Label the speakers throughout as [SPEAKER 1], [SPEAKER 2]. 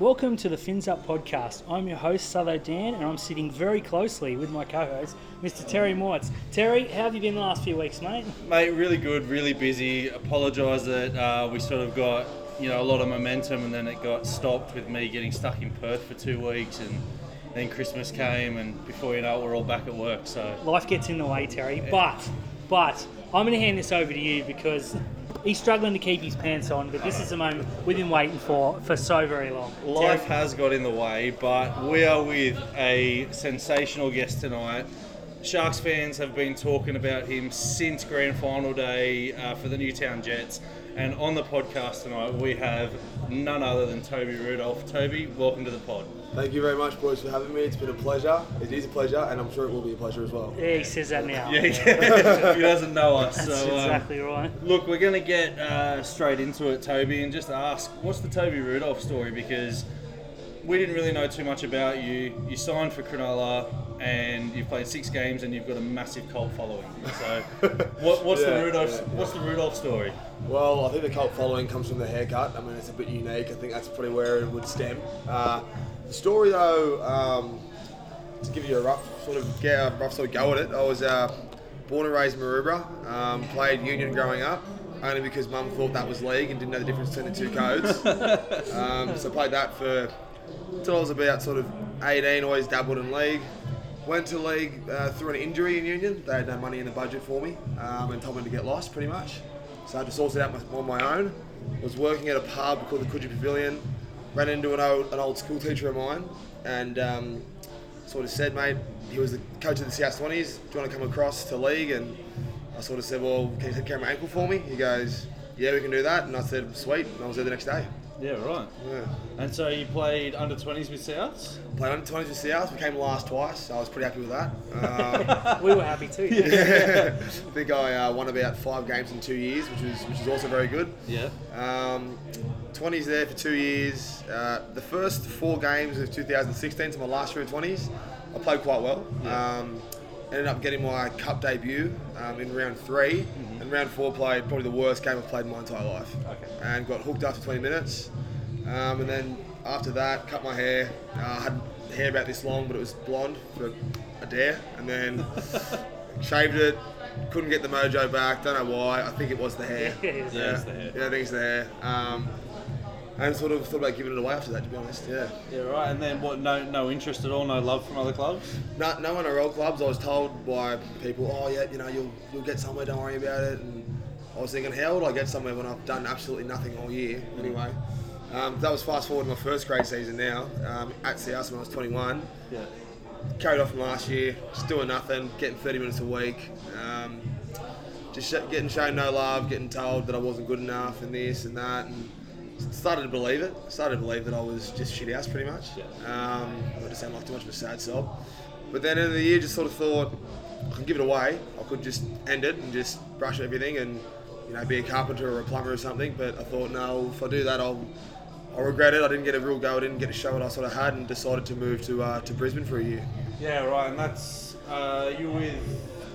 [SPEAKER 1] Welcome to the Fins Up podcast. I'm your host, Southo Dan, and I'm sitting very closely with my co host, Mr. Terry Moitz. Terry, how have you been the last few weeks, mate?
[SPEAKER 2] Mate, really good, really busy. Apologise that uh, we sort of got you know a lot of momentum and then it got stopped with me getting stuck in Perth for two weeks and then Christmas came and before you know it, we're all back at work. So
[SPEAKER 1] Life gets in the way, Terry, but, but, I'm going to hand this over to you because he's struggling to keep his pants on, but this is the moment we've been waiting for for so very long.
[SPEAKER 2] life
[SPEAKER 1] Terry,
[SPEAKER 2] has got in the way, but we are with a sensational guest tonight. Sharks fans have been talking about him since grand final day uh, for the Newtown Jets. And on the podcast tonight, we have none other than Toby Rudolph. Toby, welcome to the pod.
[SPEAKER 3] Thank you very much, boys, for having me. It's been a pleasure. It is a pleasure, and I'm sure it will be a pleasure as well.
[SPEAKER 1] yeah, he says that now.
[SPEAKER 2] Yeah, he doesn't know us.
[SPEAKER 1] That's
[SPEAKER 2] so, um,
[SPEAKER 1] exactly right.
[SPEAKER 2] look, we're going to get uh, straight into it, Toby, and just ask what's the Toby Rudolph story? Because we didn't really know too much about you. You signed for Cronulla and you've played six games and you've got a massive cult following. So, what, what's,
[SPEAKER 3] Yeah,
[SPEAKER 2] the Rudolph,
[SPEAKER 3] yeah, yeah.
[SPEAKER 2] what's the Rudolph story?
[SPEAKER 3] Well, I think the cult following comes from the haircut. I mean, it's a bit unique. I think that's probably where it would stem. Uh, the story, though, um, to give you a rough sort of get a rough sort of go at it, I was uh, born and raised in Maroubra. Um, played union growing up, only because mum thought that was league and didn't know the difference between the two codes. Um, so played that for until I was about sort of 18. Always dabbled in league. Went to league uh, through an injury in Union. They had no money in the budget for me um, and told me to get lost pretty much. So I had to sort it out my, on my own. Was working at a pub called the Coogee Pavilion. Ran into an old, an old school teacher of mine and um, sort of said, mate, he was the coach of the South 20s. Do you want to come across to league? And I sort of said, well, can you take care of my ankle for me? He goes, yeah, we can do that. And I said, sweet. And I was there the next day.
[SPEAKER 2] Yeah, right.
[SPEAKER 3] Yeah.
[SPEAKER 2] And so you played under 20s with Souths?
[SPEAKER 3] Played under 20s with South, we came last twice, so I was pretty happy with that. Um,
[SPEAKER 1] We were happy too.
[SPEAKER 3] I think I uh, won about five games in two years, which was which is also very good.
[SPEAKER 2] Yeah.
[SPEAKER 3] Um, 20s there for two years. Uh, the first four games of 2016, so my last year of 20s, I played quite well.
[SPEAKER 2] Yeah.
[SPEAKER 3] Um, ended up getting my cup debut um, in round 3 and round four played probably the worst game I've played in my entire life.
[SPEAKER 2] Mm-hmm. Okay.
[SPEAKER 3] And got hooked after 20 minutes. Um, and then after that, cut my hair. Uh, I had hair about this long, but it was blonde for a dare. And then shaved it. Couldn't get the mojo back. Don't know why. I think it was the hair.
[SPEAKER 1] It is.
[SPEAKER 2] Yeah, it's the hair.
[SPEAKER 3] Yeah, I think it's the hair. Um, and sort of thought about giving it away after that, to be honest. Yeah.
[SPEAKER 2] Yeah, right. And then what? No, no interest at all. No love from other clubs.
[SPEAKER 3] No, no NRL clubs. I was told by people, oh yeah, you know, you'll you'll get somewhere. Don't worry about it. And I was thinking, how would I get somewhere when I've done absolutely nothing all year? Anyway, um, that was fast forward to my first grade season now um, at CS when I was 21.
[SPEAKER 2] Yeah.
[SPEAKER 3] carried off from last year, just doing nothing, getting 30 minutes a week, um, just sh- getting shown no love, getting told that I wasn't good enough and this and that, and started to believe it. Started to believe that I was just shit house pretty much.
[SPEAKER 2] Yeah.
[SPEAKER 3] Um, not to sound like too much of a sad sob, but then end of the year, just sort of thought I could give it away. I could just end it and just brush everything and you know be a carpenter or a plumber or something. But I thought no, if I do that, I'll I regret it. I didn't get a real go. I didn't get to show what I sort of had, and decided to move to uh, to Brisbane for a year.
[SPEAKER 2] Yeah, right. And that's uh, you were with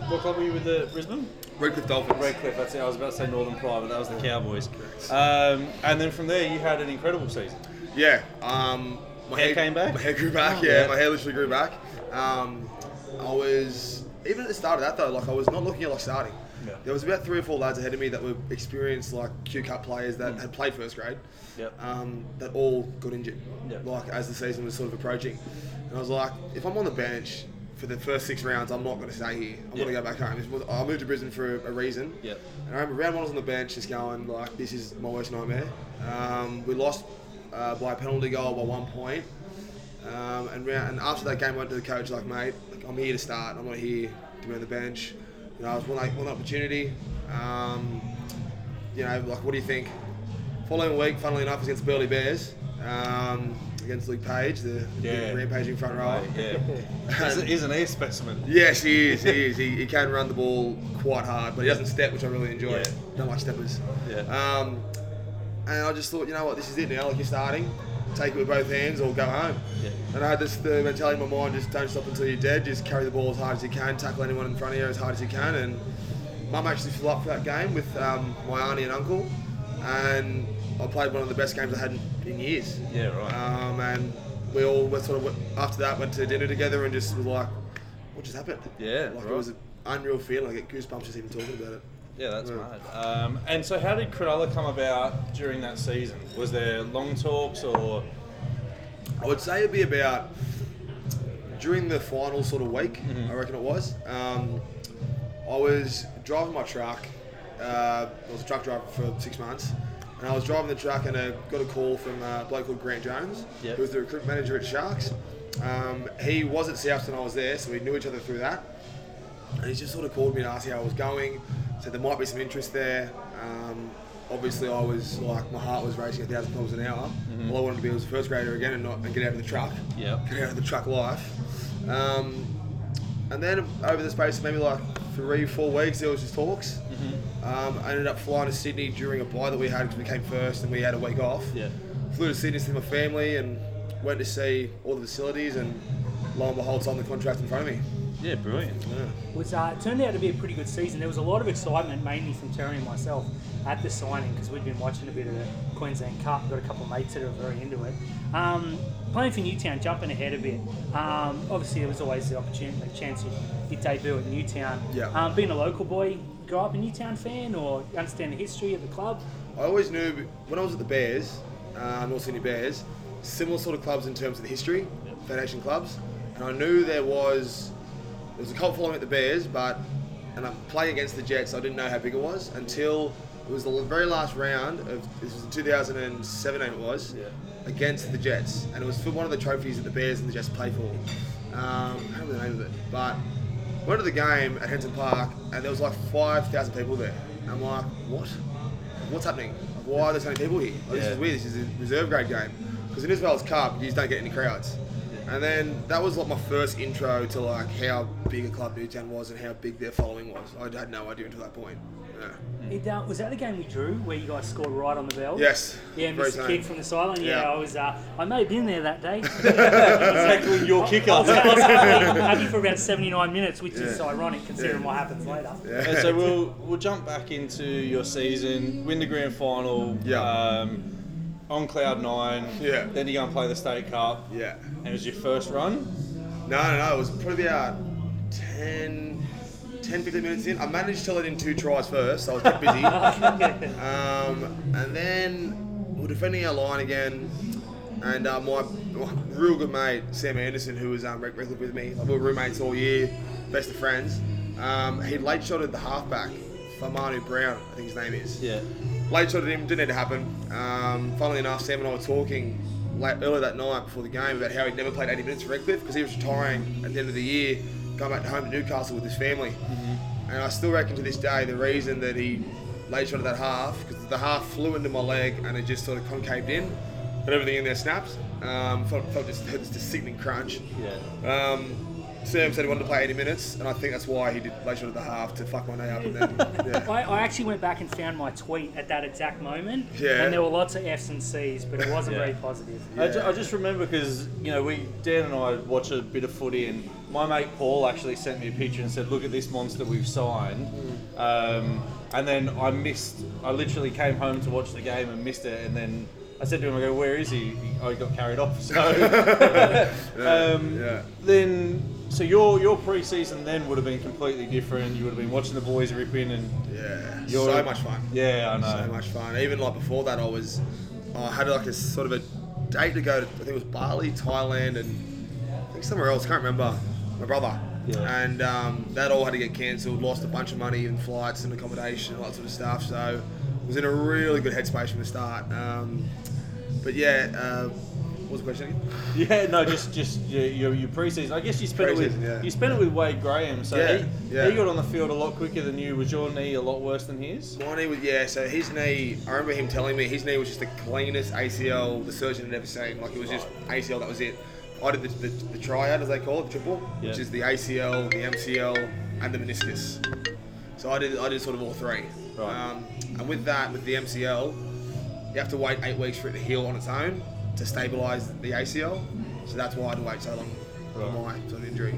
[SPEAKER 2] what club were you with? The Brisbane.
[SPEAKER 3] Redcliffe Dolphins.
[SPEAKER 2] Redcliffe, that's it. I was about to say Northern Pride, but that was the Cowboys. Um, and then from there, you had an incredible season.
[SPEAKER 3] Yeah. Um, my
[SPEAKER 2] Hair came back?
[SPEAKER 3] My hair grew back.
[SPEAKER 2] Oh,
[SPEAKER 3] yeah,
[SPEAKER 2] yeah.
[SPEAKER 3] my hair literally grew back. Um, I was even at the start of that though, like I was not looking at like starting.
[SPEAKER 2] Yeah.
[SPEAKER 3] There was about three or four lads ahead of me that were experienced like Q Cup players that had played first grade.
[SPEAKER 2] Mm. Yep.
[SPEAKER 3] Um, that all got injured.
[SPEAKER 2] Yeah.
[SPEAKER 3] Like as the season was sort of approaching, and I was like, if I'm on the bench for the first six rounds, I'm not going to stay here. I'm
[SPEAKER 2] Yeah.
[SPEAKER 3] going to go back home. It was- I moved to Brisbane for a, a reason.
[SPEAKER 2] Yep.
[SPEAKER 3] And I remember round one I was on the bench just going like, this is my worst nightmare. Um, we lost uh, by a penalty goal by one point. Um, and, round, and after that game, I went to the coach like, mate, like, I'm here to start. I'm not here to be on the bench. You know, I was one, like, one opportunity. Um, you know, like, what do you think? Following week, funnily enough, was against Burley Bears, um, against Luke Page, the,
[SPEAKER 2] Yeah.
[SPEAKER 3] the rampaging front row.
[SPEAKER 2] yeah. He's- He's an air specimen.
[SPEAKER 3] Yes, he is. He is. He, he can run the ball quite hard, but he doesn't step, which I really enjoy.
[SPEAKER 2] Yeah.
[SPEAKER 3] Don't like steppers.
[SPEAKER 2] Yeah.
[SPEAKER 3] Um, and I just thought, you know what, this is it now. Like you're starting, take it with both hands or go home.
[SPEAKER 2] Yeah.
[SPEAKER 3] And I had this the mentality in my mind: just don't stop until you're dead. Just carry the ball as hard as you can, tackle anyone in front of you as hard as you can. And mum actually flew up for that game with um, my auntie and uncle, and I played one of the best games I had in, in years.
[SPEAKER 2] Yeah, right.
[SPEAKER 3] Um, and we all were sort of went- after that went to dinner together and just was like, what just happened?
[SPEAKER 2] Yeah,
[SPEAKER 3] like
[SPEAKER 2] right.
[SPEAKER 3] it was an unreal feeling. I get goosebumps just even talking about it.
[SPEAKER 2] Yeah, that's
[SPEAKER 3] Yeah.
[SPEAKER 2] mad. Um, and so, how did Cronulla come about during that season? Was there long talks or
[SPEAKER 3] I would say it'd be about during the final sort of week.
[SPEAKER 2] Mm-hmm.
[SPEAKER 3] I reckon it was. Um, I was driving my truck. Uh, I was a truck driver for six months, and I was driving the truck and I got a call from a bloke called Grant Jones,
[SPEAKER 2] Yep.
[SPEAKER 3] who was the recruit manager at Sharks. Um, he was at South and I was there, so we knew each other through that. And he just sort of called me and asked how I was going. Said there might be some interest there. Um, obviously, I was like, my heart was racing a thousand kilometres an hour. All I wanted to be was a first grader again and not and get out of the truck.
[SPEAKER 2] Mm-hmm. Yep.
[SPEAKER 3] Get out of the truck life. Um, and then over the space of maybe like three, four weeks, there was just talks.
[SPEAKER 2] Mm-hmm.
[SPEAKER 3] Um, I ended up flying to Sydney during a buy that we had because we came first and we had a week off.
[SPEAKER 2] Yeah.
[SPEAKER 3] Flew to Sydney to see my family and went to see all the facilities and lo and behold, signed the contract in front of me.
[SPEAKER 2] yeah, brilliant.
[SPEAKER 3] Yeah.
[SPEAKER 1] was uh, it turned out to be a pretty good season. There was a lot of excitement, mainly from Terry and myself, at the signing because we'd been watching a bit of the Queensland Cup. Got a couple of mates that are very into it. Um, playing for Newtown, jumping ahead a bit. Um, obviously, there was always the opportunity, the chance you you debut at Newtown.
[SPEAKER 3] Yeah.
[SPEAKER 1] Um, being a local boy, grow up a Newtown fan, or understand the history of the club.
[SPEAKER 3] I always knew when I was at the Bears, uh, North Sydney Bears, similar sort of clubs in terms of the history, foundation clubs, and I knew there was there was a cult following at the Bears, but and I'm playing against the Jets, I didn't know how big it was until it was the very last round of this was 2017 it was
[SPEAKER 2] Yeah.
[SPEAKER 3] against the Jets, and it was for one of the trophies that the Bears and the Jets play for. Um, I don't remember the name of it, but went to the game at Henson Park, and there was like 5,000 people there. And I'm like, what? what's happening? Why are there so many people here? Like, This
[SPEAKER 2] Yeah.
[SPEAKER 3] is weird. This is a reserve grade game. Because in Israel's Cup, you just don't get any crowds. And then that was like my first intro to like how big a club Newtown was and how big their following was. I had no idea until that point. Yeah.
[SPEAKER 1] It, uh, was that the game we drew where you guys scored right on the bell?
[SPEAKER 3] Yes.
[SPEAKER 1] Yeah,
[SPEAKER 3] Very
[SPEAKER 1] Mr.
[SPEAKER 3] same.
[SPEAKER 1] Kid from the Island. Yeah,
[SPEAKER 3] Yeah.
[SPEAKER 1] I was. Uh, I may have been there that day.
[SPEAKER 2] Tackling your
[SPEAKER 1] I
[SPEAKER 2] kicker.
[SPEAKER 1] was happy, happy for about 79 minutes, which is
[SPEAKER 3] Yeah.
[SPEAKER 1] ironic considering what happens later.
[SPEAKER 2] And so we'll we'll jump back into your season, win the grand final.
[SPEAKER 3] Yeah.
[SPEAKER 2] Um, on cloud nine.
[SPEAKER 3] Yeah.
[SPEAKER 2] Then you go and play the state cup.
[SPEAKER 3] Yeah.
[SPEAKER 2] And it was your first run.
[SPEAKER 3] No, no, no. It was probably about 10, 10 15 minutes in. I managed to let in two tries first. So I was a bit busy. Um, and then we're defending our line again. And uh, my, my real good mate, Sam Anderson, who was um, rec- rec with me, like, we were roommates all year, best of friends, um, he late shotted the halfback, Famanu Brown, I think his name is.
[SPEAKER 2] Yeah.
[SPEAKER 3] Late shotted him, didn't need to happen. Um, funnily enough, Sam and I were talking late, earlier that night before the game about how he'd never played 80 minutes at Redcliffe because he was retiring at the end of the year, going back home to Newcastle with his family. And I still reckon to this day the reason that he late shot at that half because the half flew into my leg and it just sort of concaved in, but everything in there snapped. Um, felt, felt just heard this sickening crunch.
[SPEAKER 2] Yeah.
[SPEAKER 3] Um, Sam said he wanted to play 80 minutes, and I think that's why he did late shot at the half to fuck my knee up and then. Yeah.
[SPEAKER 1] I, I actually went back and found my tweet at that exact moment,
[SPEAKER 3] Yeah.
[SPEAKER 1] and there were lots of F's and C's, but it wasn't
[SPEAKER 2] Yeah.
[SPEAKER 1] very positive.
[SPEAKER 2] I, ju- I just remember because you know we Dan and I watch a bit of footy, and my mate Paul actually sent me a picture and said, "Look at this monster we've signed." Um, and then I missed. I literally came home to watch the game and missed it. And then I said to him, "I go, where is he?" He- Oh, he got carried off. So um,
[SPEAKER 3] yeah.
[SPEAKER 2] then, so your your preseason then would have been completely different. You would have been watching the boys rip in, and
[SPEAKER 3] Yeah,
[SPEAKER 2] you're
[SPEAKER 3] so much fun.
[SPEAKER 2] Yeah, I know.
[SPEAKER 3] so much fun. Even like before that, I was, I had like a sort of a date to go to. I think it was Bali, Thailand, and I think somewhere else. Can't remember. My brother.
[SPEAKER 2] Yeah.
[SPEAKER 3] And um, that all had to get cancelled. Lost a bunch of money in flights and accommodation, all that sort of stuff. So I was in a really good headspace from the start. Um, but yeah, uh, what was the question again?
[SPEAKER 2] Yeah, no, just just your, your, your preseason. I guess you spent it
[SPEAKER 3] Preseason,
[SPEAKER 2] with
[SPEAKER 3] yeah.
[SPEAKER 2] you spent it with Wade Graham, so
[SPEAKER 3] Yeah,
[SPEAKER 2] he,
[SPEAKER 3] yeah.
[SPEAKER 2] he got on the field a lot quicker than you. Was your knee a lot worse than his?
[SPEAKER 3] My knee was yeah. So his knee, I remember him telling me his knee was just the cleanest ACL the surgeon had ever seen. Like it was just ACL. That was it. I did the, the, the triad, as they call it, the triple,
[SPEAKER 2] Yeah.
[SPEAKER 3] which is the ACL, the MCL, and the meniscus. So I did I did sort of all three.
[SPEAKER 2] Right.
[SPEAKER 3] Um, and with that, with the MCL, you have to wait eight weeks for it to heal on its own to stabilise the ACL. So that's why I had to wait so long for
[SPEAKER 2] Right.
[SPEAKER 3] my sort of injury.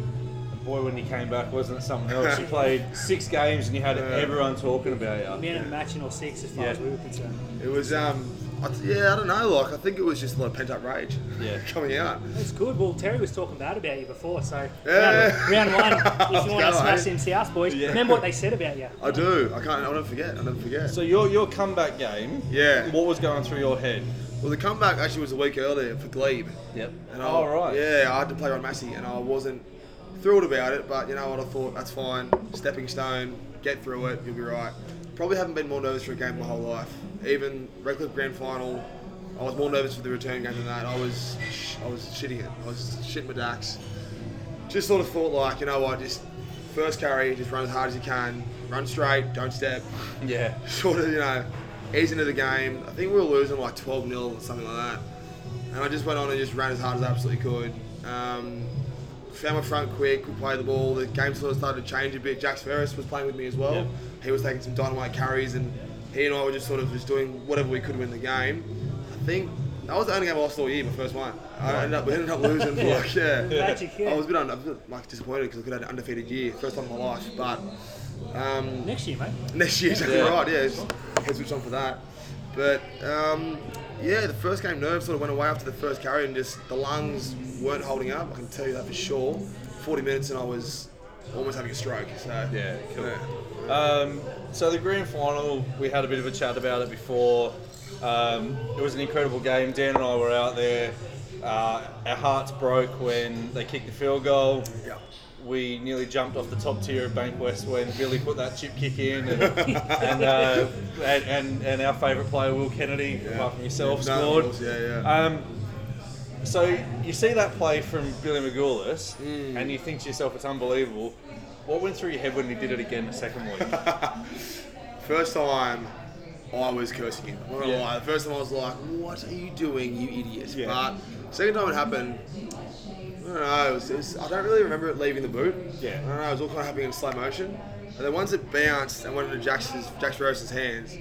[SPEAKER 2] Boy, when he came back, wasn't it something else? You played six games and you had everyone talking about you.
[SPEAKER 1] Man of the match in all six, as far
[SPEAKER 2] Yeah.
[SPEAKER 1] as we were concerned.
[SPEAKER 3] It was um, I th- yeah, I don't know. Like, I think it was just a lot of pent up rage
[SPEAKER 2] Yeah.
[SPEAKER 3] coming out.
[SPEAKER 1] That's good. Well, Terry was talking bad about you before, so
[SPEAKER 3] Yeah.
[SPEAKER 1] round, round one. If you want
[SPEAKER 3] Go,
[SPEAKER 1] to smash
[SPEAKER 3] eh?
[SPEAKER 1] them south boys,
[SPEAKER 2] Yeah.
[SPEAKER 1] remember what they said about you.
[SPEAKER 3] I do. I can't. I don't forget. I don't forget.
[SPEAKER 2] So your your comeback game.
[SPEAKER 3] Yeah.
[SPEAKER 2] What was going through your head?
[SPEAKER 3] well, the comeback actually was a week earlier for Glebe.
[SPEAKER 2] Yep.
[SPEAKER 3] And I,
[SPEAKER 2] All Oh, right.
[SPEAKER 3] Yeah, I had to play Ron Massey, and I wasn't thrilled about it. But you know what? I thought that's fine. Stepping stone. Get through it. You'll be right. Probably haven't been more nervous for a game my whole life. Even Redcliffe Grand Final, I was more nervous for the return game than that. I was, sh- I was shitting it. I was shitting my dacks. Just sort of thought like, you know what? Just first carry, just run as hard as you can. Run straight. Don't step
[SPEAKER 2] Yeah.
[SPEAKER 3] sort of, you know, ease into the game. I think we were losing like 12 0 or something like that. And I just went on and just ran as hard as I absolutely could. Um, found my front quick, we played the ball. The game sort of started to change a bit. Jax Ferris was playing with me as well.
[SPEAKER 2] Yep.
[SPEAKER 3] He was taking some dynamite carries, and he and I were just sort of just doing whatever we could to win the game. I think that was the only game I lost all year, my first one. I ended up, we ended up losing. yeah. Like, yeah.
[SPEAKER 1] Magic, yeah.
[SPEAKER 3] I was a bit, un- I was a bit like, disappointed because I could have had an undefeated year, first time in my life. But um,
[SPEAKER 1] Next year, mate.
[SPEAKER 3] next year. Exactly
[SPEAKER 2] Yeah.
[SPEAKER 3] right. Yeah, it's- head switch on for that. But um, yeah, the first game nerves sort of went away after the first carry, and just the lungs weren't holding up. I can tell you that for sure. Forty minutes, and I was almost having a stroke. So
[SPEAKER 2] Yeah. Cool.
[SPEAKER 3] yeah.
[SPEAKER 2] Um, so the grand final, we had a bit of a chat about it before. Um, it was an incredible game. Dan and I were out there. Uh, our hearts broke when they kicked the field goal.
[SPEAKER 3] Yeah.
[SPEAKER 2] We nearly jumped off the top tier of Bankwest when Billy put that chip kick in, and and, uh, and, and, and our favourite player Will Kennedy, apart from yourself,
[SPEAKER 3] No,
[SPEAKER 2] scored.
[SPEAKER 3] of course, Yeah, yeah.
[SPEAKER 2] Um, so you see that play from Billy Magoulis,
[SPEAKER 3] Mm.
[SPEAKER 2] and you think to yourself, it's unbelievable. What went through your head when he did it again the second week?
[SPEAKER 3] First time, I was cursing him. I'm not gonna
[SPEAKER 2] Yeah.
[SPEAKER 3] lie. The first time I was like, "What are you doing, you idiot?"
[SPEAKER 2] Yeah.
[SPEAKER 3] But second time it happened, I don't know. It was, it was- I don't really remember it leaving the boot.
[SPEAKER 2] Yeah.
[SPEAKER 3] I don't know. It was all kind of happening in slow motion. And then once it bounced and went into Jackson's Jackson Rose's hands,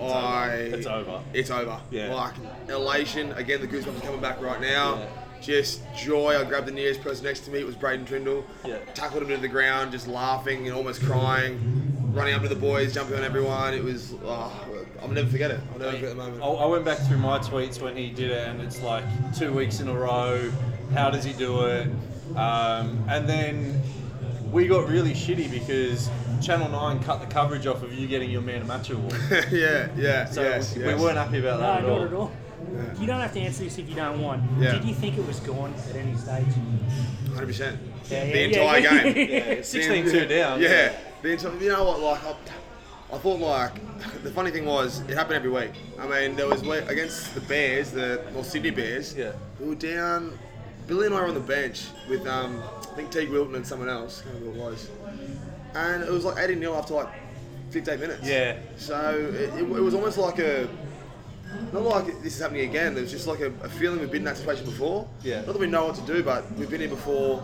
[SPEAKER 3] I
[SPEAKER 2] It's over.
[SPEAKER 3] It's over.
[SPEAKER 2] Yeah.
[SPEAKER 3] Like elation. Again, the goosebumps are coming back right now.
[SPEAKER 2] Yeah.
[SPEAKER 3] Just joy. I grabbed the nearest person next to me. It was Braden Trindle.
[SPEAKER 2] Yeah.
[SPEAKER 3] Tackled him to the ground, just laughing and almost crying, running up to the boys, jumping on everyone. It was. Oh, I'll never forget it. I'll never forget the
[SPEAKER 2] I,
[SPEAKER 3] moment.
[SPEAKER 2] I went back through my tweets when he did it, and it's like two weeks in a row. How does he do it? Um, and then we got really shitty because Channel Nine cut the coverage off of you getting your man of match award.
[SPEAKER 3] yeah, yeah,
[SPEAKER 2] So
[SPEAKER 3] yes,
[SPEAKER 2] we
[SPEAKER 3] yes.
[SPEAKER 2] weren't happy about
[SPEAKER 1] No,
[SPEAKER 2] that
[SPEAKER 1] not at all.
[SPEAKER 3] Yeah.
[SPEAKER 1] You don't have to answer this if you don't want.
[SPEAKER 3] Yeah.
[SPEAKER 1] Did you think it was gone at any stage?
[SPEAKER 3] 100%.
[SPEAKER 1] Yeah, yeah,
[SPEAKER 3] the entire
[SPEAKER 1] yeah.
[SPEAKER 3] game.
[SPEAKER 1] Yeah,
[SPEAKER 3] The-
[SPEAKER 2] 16-2 down.
[SPEAKER 3] Yeah. The entire, you know what, like, I, I thought, like, the funny thing was, it happened every week. I mean, there was, we- against the Bears, the North Sydney Bears,
[SPEAKER 2] Yeah.
[SPEAKER 3] we were down, Billy and I were on the bench with, um, I think, Teague Wilton and someone else, I can't remember who it was. And it was like 18 0 after, like, 15 minutes.
[SPEAKER 2] Yeah.
[SPEAKER 3] So it, it, it was almost like a, not like this is happening again. There was just like a, a feeling we've been in that situation before.
[SPEAKER 2] Yeah.
[SPEAKER 3] Not that we know what to do, but we've been here before.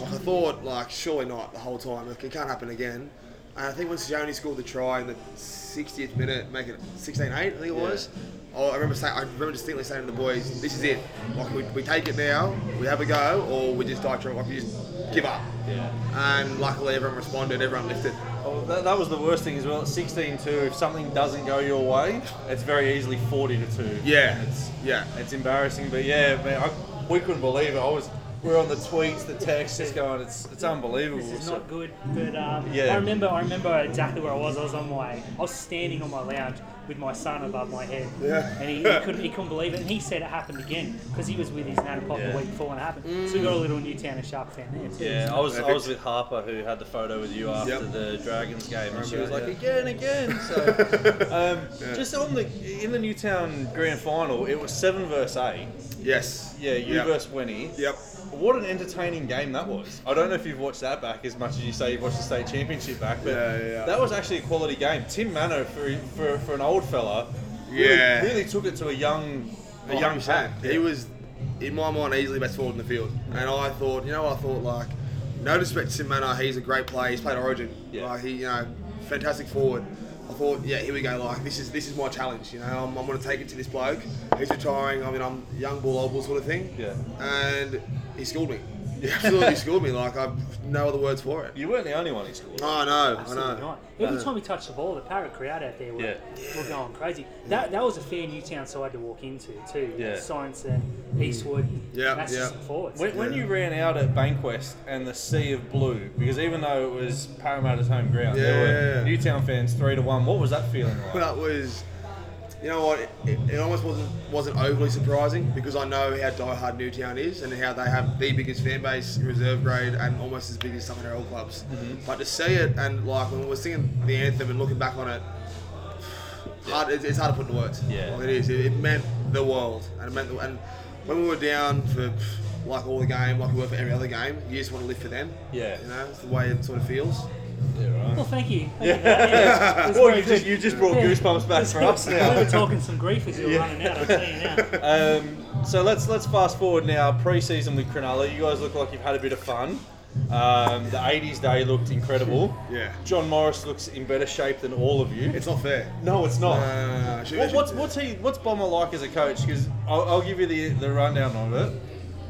[SPEAKER 3] Like I thought, like surely not the whole time. Like, it can't happen again. And I think when Sione scored the try in the 60th minute, make it 16-8, I think it was. Oh, I remember saying, I remember distinctly saying to the boys, "This is it. Like we, we take it now, we have a go, or we just die trying. Like we just give up."
[SPEAKER 2] Yeah.
[SPEAKER 3] And luckily, everyone responded. Everyone lifted.
[SPEAKER 2] Oh, that, that was the worst thing as well. At 16 2, if something doesn't go your way, it's very easily 40 to 2.
[SPEAKER 3] Yeah.
[SPEAKER 2] It's,
[SPEAKER 3] Yeah.
[SPEAKER 2] It's embarrassing, but yeah, man, I, we couldn't believe it. I was, we are on the tweets, the texts, just going, it's, it's unbelievable.
[SPEAKER 1] This is
[SPEAKER 2] So-
[SPEAKER 1] not good. But um,
[SPEAKER 2] Yeah.
[SPEAKER 1] I remember, I remember exactly where I was. I was on my, I was standing on my lounge with my son above my head,
[SPEAKER 3] Yeah.
[SPEAKER 1] and he, he couldn't, he couldn't believe it. And he said it happened again because he was with his nan and pop
[SPEAKER 2] Yeah.
[SPEAKER 1] the week before when it happened.
[SPEAKER 3] Mm.
[SPEAKER 1] So we got a little Newtown and Shark fan there. Too.
[SPEAKER 2] yeah, I was I
[SPEAKER 3] Perfect.
[SPEAKER 2] was with Harper who had the photo with you after
[SPEAKER 3] Yep.
[SPEAKER 2] the Dragons game, and she was like
[SPEAKER 3] Remember
[SPEAKER 2] again, again. So, um, just on the in the Newtown Grand Final, it was seven versus eight.
[SPEAKER 3] Yes.
[SPEAKER 2] Yeah, you
[SPEAKER 3] Yep.
[SPEAKER 2] versus Winnie.
[SPEAKER 3] Yep.
[SPEAKER 2] What an entertaining game that was. I don't know if you've watched that back as much as you say you've watched the state championship back, but
[SPEAKER 3] Yeah, yeah.
[SPEAKER 2] that was actually a quality game. Tim Mano for for, for an old fella, really,
[SPEAKER 3] Yeah.
[SPEAKER 2] really took it to a young a
[SPEAKER 3] a
[SPEAKER 2] young
[SPEAKER 3] young
[SPEAKER 2] chap.
[SPEAKER 3] chap. He was, in my mind, easily best forward in the field. And I thought, you know, what I thought like, no disrespect to Manor, he's a great player. He's played Origin.
[SPEAKER 2] Yeah.
[SPEAKER 3] Like he, you know, fantastic forward. I thought, yeah, here we go. Like this is this is my challenge. You know, I'm, I'm going to take it to this bloke. He's retiring. I mean, I'm young bull, old bull sort of thing.
[SPEAKER 2] Yeah.
[SPEAKER 3] And he schooled me. You absolutely schooled me. Like I've no other words for it.
[SPEAKER 2] You weren't the only one he scored.
[SPEAKER 3] Oh, I know. I
[SPEAKER 1] Absolutely
[SPEAKER 3] know.
[SPEAKER 1] not. Every time we touched the ball, the Parrot crowd out there were,
[SPEAKER 2] Yeah.
[SPEAKER 1] were going crazy. That that was a fair Newtown side to walk into too.
[SPEAKER 2] Yeah.
[SPEAKER 1] Science and Eastwood,
[SPEAKER 3] Yeah,
[SPEAKER 1] that's
[SPEAKER 3] yeah.
[SPEAKER 1] just some forwards.
[SPEAKER 2] When, when you ran out at Bankwest and the sea of blue, because even though it was Parramatta's home ground, there
[SPEAKER 3] Yeah.
[SPEAKER 2] were Newtown fans three to one. What was that feeling like?
[SPEAKER 3] But it was, you know what? It, it almost wasn't wasn't overly surprising because I know how diehard Newtown is and how they have the biggest fan base in reserve grade and almost as big as some of their old clubs.
[SPEAKER 2] Mm-hmm.
[SPEAKER 3] But to see it and like when we were singing the anthem and looking back on it, hard, it's, it's hard to put into words.
[SPEAKER 2] Yeah.
[SPEAKER 3] Like, it is. It, it meant the world, and it meant the, and when we were down for pff, like all the game, like we were for every other game, you just want to live for them.
[SPEAKER 2] Yeah.
[SPEAKER 3] You know, it's the way it sort of feels.
[SPEAKER 2] Yeah,
[SPEAKER 1] well,
[SPEAKER 2] right.
[SPEAKER 1] thank you. Thank you.
[SPEAKER 2] Yeah.
[SPEAKER 1] Yeah, it was
[SPEAKER 2] Well,
[SPEAKER 1] very
[SPEAKER 2] you just,
[SPEAKER 1] good.
[SPEAKER 2] you just brought
[SPEAKER 1] Yeah.
[SPEAKER 2] goosebumps back for us now.
[SPEAKER 1] we were talking some grief as you were running out. I'm saying now.
[SPEAKER 2] Um, so let's let's fast forward now. Pre-season with Cronulla, you guys look like you've had a bit of fun. Um, the '80s day looked incredible.
[SPEAKER 3] Yeah.
[SPEAKER 2] John Morris looks in better shape than all of you.
[SPEAKER 3] It's not fair. Uh,
[SPEAKER 2] no, it's not.
[SPEAKER 3] No, no, no, no. Should-
[SPEAKER 2] What,
[SPEAKER 3] should-
[SPEAKER 2] what's what's he what's Bomber like as a coach? Because I'll, I'll give you the the rundown of it.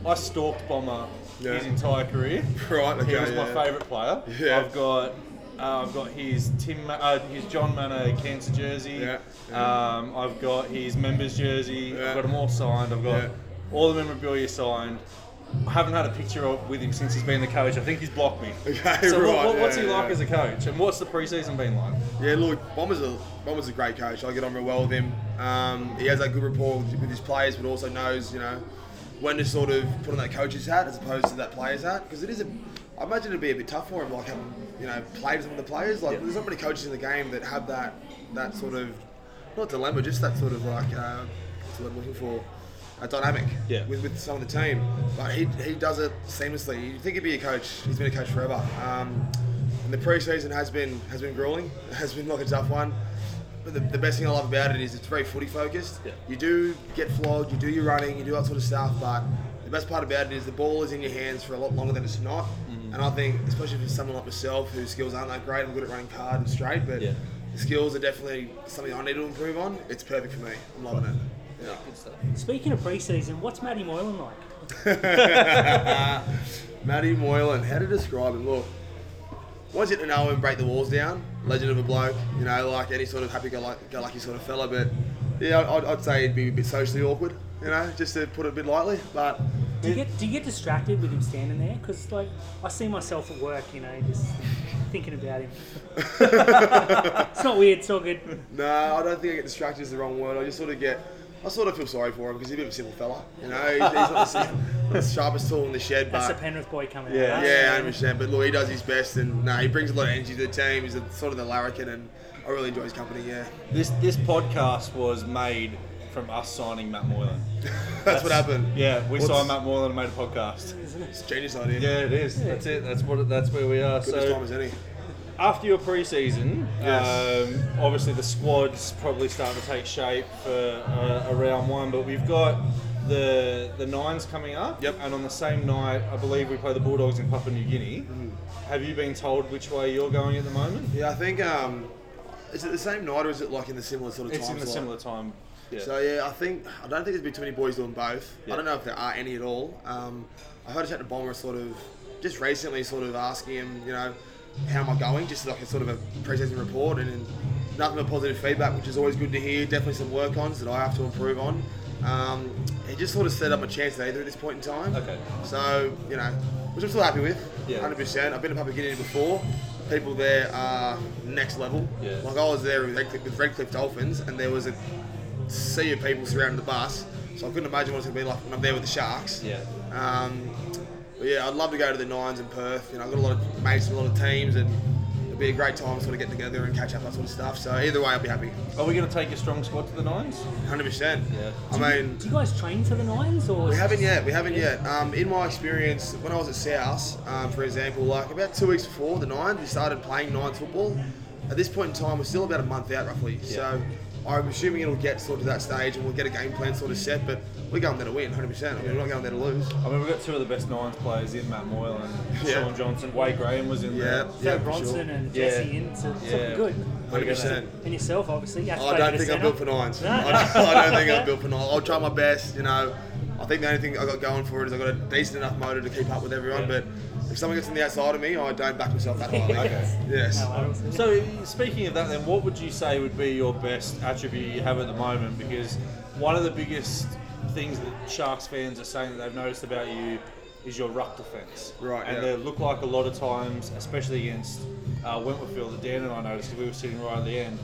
[SPEAKER 2] I stalked Bomber
[SPEAKER 3] Yeah.
[SPEAKER 2] his entire career.
[SPEAKER 3] Right, okay,
[SPEAKER 2] he was my
[SPEAKER 3] yeah.
[SPEAKER 2] favourite player.
[SPEAKER 3] Yeah.
[SPEAKER 2] I've got. Uh, I've got his Tim, Ma- uh, his John Manor cancer jersey.
[SPEAKER 3] Yeah,
[SPEAKER 2] Um, I've got his members jersey.
[SPEAKER 3] Yeah.
[SPEAKER 2] I've got them all signed. I've got
[SPEAKER 3] Yeah.
[SPEAKER 2] all the memorabilia signed. I haven't had a picture of, with him since he's been the coach. I think he's blocked me.
[SPEAKER 3] Okay,
[SPEAKER 2] so what-
[SPEAKER 3] right,
[SPEAKER 2] what- what's
[SPEAKER 3] yeah,
[SPEAKER 2] he like
[SPEAKER 3] yeah.
[SPEAKER 2] as a coach, and what's the preseason been like?
[SPEAKER 3] Yeah, look, Bomber's a Bomber's a great coach. I get on real well with him. Um, he has that good rapport with, with his players, but also knows, you know, when to sort of put on that coach's hat as opposed to that player's hat. Because it is a, I imagine it'd be a bit tough for him, like having, you know, played with some of the players. Like,
[SPEAKER 2] Yeah.
[SPEAKER 3] there's not many coaches in the game that have that that sort of not dilemma, just that sort of like uh, what's the word I'm looking for. A dynamic
[SPEAKER 2] Yeah.
[SPEAKER 3] with, with some of the team, but he, he does it seamlessly. You think he'd be a coach? He's been a coach forever. Um, and the preseason has been has been grueling, has been like a tough one. But the, the best thing I love about it is it's very footy focused.
[SPEAKER 2] Yeah.
[SPEAKER 3] You do get flogged, you do your running, you do that sort of stuff, but the best part about it is the ball is in your hands for a lot longer than it's not.
[SPEAKER 2] Mm-hmm.
[SPEAKER 3] And I think, especially for someone like myself whose skills aren't that great, I'm good at running hard and straight, but
[SPEAKER 2] Yeah.
[SPEAKER 3] the skills are definitely something I need to improve on. It's perfect for me. I'm loving it. Yeah.
[SPEAKER 1] Speaking of preseason, what's Matty Moylan like?
[SPEAKER 3] Matty Moylan, how to describe him? Look, once you get to know him, break the walls down. Legend of a bloke, you know, like any sort of happy-go-lucky sort of fella. But yeah, I'd, I'd say he'd be a bit socially awkward, you know, just to put it a bit lightly. But
[SPEAKER 1] Do you get do you get distracted with him standing there? Because like I see myself at work, you know, just thinking about him. it's not weird. It's all good.
[SPEAKER 3] no, I don't think I get distracted is the wrong word. I just sort of get, I sort of feel sorry for him because he's a bit of a simple fella, you know. He's, he's not, the, not the sharpest tool in the shed,
[SPEAKER 1] That's
[SPEAKER 3] but
[SPEAKER 1] the Penrith boy coming
[SPEAKER 2] Yeah.
[SPEAKER 1] out.
[SPEAKER 3] Yeah, I understand. But look, he does his best, and no, he brings a lot of energy to the team. He's a, sort of the larrikin, and I really enjoy his company. Yeah,
[SPEAKER 2] This this podcast was made from us signing Matt Moylan.
[SPEAKER 3] that's, what happened.
[SPEAKER 2] Yeah, we
[SPEAKER 3] What's-
[SPEAKER 2] signed Matt Moylan and made a podcast.
[SPEAKER 1] Isn't it?
[SPEAKER 3] It's a genius idea.
[SPEAKER 2] Yeah, it is. That's it. That's what. it- That's where we are.
[SPEAKER 3] Good as time
[SPEAKER 2] so
[SPEAKER 3] as any.
[SPEAKER 2] after your preseason,
[SPEAKER 3] Yes.
[SPEAKER 2] um, obviously the squad's probably starting to take shape for uh, a round one, but we've got the the nines coming up.
[SPEAKER 3] Yep.
[SPEAKER 2] And on the same night, I believe we play the Bulldogs in Papua New Guinea. Have you been told which way you're going at the moment?
[SPEAKER 3] Yeah, I think um, is it the same night or is it like in the similar sort of
[SPEAKER 2] It's
[SPEAKER 3] time
[SPEAKER 2] in the
[SPEAKER 3] slot?
[SPEAKER 2] similar time. Yeah.
[SPEAKER 3] So yeah, I think I don't think there's been too many boys doing both.
[SPEAKER 2] Yeah.
[SPEAKER 3] I don't know if there are any at all. Um, I heard a chat to Bomber sort of just recently, sort of asking him, you know, how am I going? Just like a sort of a pre-season report, and, and nothing but positive feedback, which is always good to hear. Definitely some work ons that I have to improve on. Um, it just sort of set up a chance at either at this point in time.
[SPEAKER 2] Okay.
[SPEAKER 3] So you know, which I'm still happy with.
[SPEAKER 2] Yeah.
[SPEAKER 3] 100%. I've been to Papua Guinea before. People there are next level.
[SPEAKER 2] Yeah.
[SPEAKER 3] Like I was there with Redcliffe, with Redcliffe Dolphins, and there was a sea of people surrounding the bus, so I couldn't imagine what it's gonna be like when I'm there with the Sharks.
[SPEAKER 2] yeah.
[SPEAKER 3] Um, but yeah, I'd love to go to the Nines in Perth. You know, I've got a lot of mates from a lot of teams, and it'd be a great time to sort of get together and catch up that sort of stuff. So either way, I'll be happy.
[SPEAKER 2] Are we going to take your strong squad to the nines?
[SPEAKER 3] 100%.
[SPEAKER 2] Yeah.
[SPEAKER 3] I mean,
[SPEAKER 1] Do you guys train for the nines or?
[SPEAKER 3] we haven't yet. We haven't yet. Um, in my experience, when I was at South, um, for example, like about two weeks before the Nines, we started playing Nines football. At this point in time, we're still about a month out roughly. So I'm assuming it'll get sort of that stage and we'll get a game plan sort of set, but we're going there to win 100%. I mean, we're not going there to lose.
[SPEAKER 2] I mean, we've got two of the best nines players in Matt Moylan,
[SPEAKER 3] Yeah.
[SPEAKER 2] Sean Johnson, Wade Graham was in
[SPEAKER 3] Yeah,
[SPEAKER 2] there.
[SPEAKER 3] yeah,
[SPEAKER 1] Joe
[SPEAKER 3] for
[SPEAKER 1] Bronson
[SPEAKER 3] sure.
[SPEAKER 1] and
[SPEAKER 2] Yeah.
[SPEAKER 1] Jesse in to something
[SPEAKER 2] Yeah.
[SPEAKER 1] good.
[SPEAKER 3] 100%.
[SPEAKER 1] And yourself, obviously. You have to
[SPEAKER 3] I
[SPEAKER 1] play a
[SPEAKER 3] don't
[SPEAKER 1] bit of
[SPEAKER 3] think I'm
[SPEAKER 1] centre.
[SPEAKER 3] built for nines.
[SPEAKER 1] No.
[SPEAKER 3] I, don't, I don't think I'm built for nines. I'll try my best, you know. I think the only thing I got going for it is I got a decent enough motor to keep up with everyone.
[SPEAKER 4] Yeah.
[SPEAKER 3] But if someone gets on the outside of me, I don't back myself that highly.
[SPEAKER 4] Okay.
[SPEAKER 3] Yes.
[SPEAKER 1] No worries.
[SPEAKER 2] So, speaking of that, then, what would you say would be your best attribute you have at the moment? Because one of the biggest things that Sharks fans are saying that they've noticed about you is your ruck defence.
[SPEAKER 3] Right,
[SPEAKER 2] And
[SPEAKER 3] yeah.
[SPEAKER 2] they look like a lot of times, especially against uh, Wentworth Field, that Dan and I noticed 'cause we were sitting right at the end,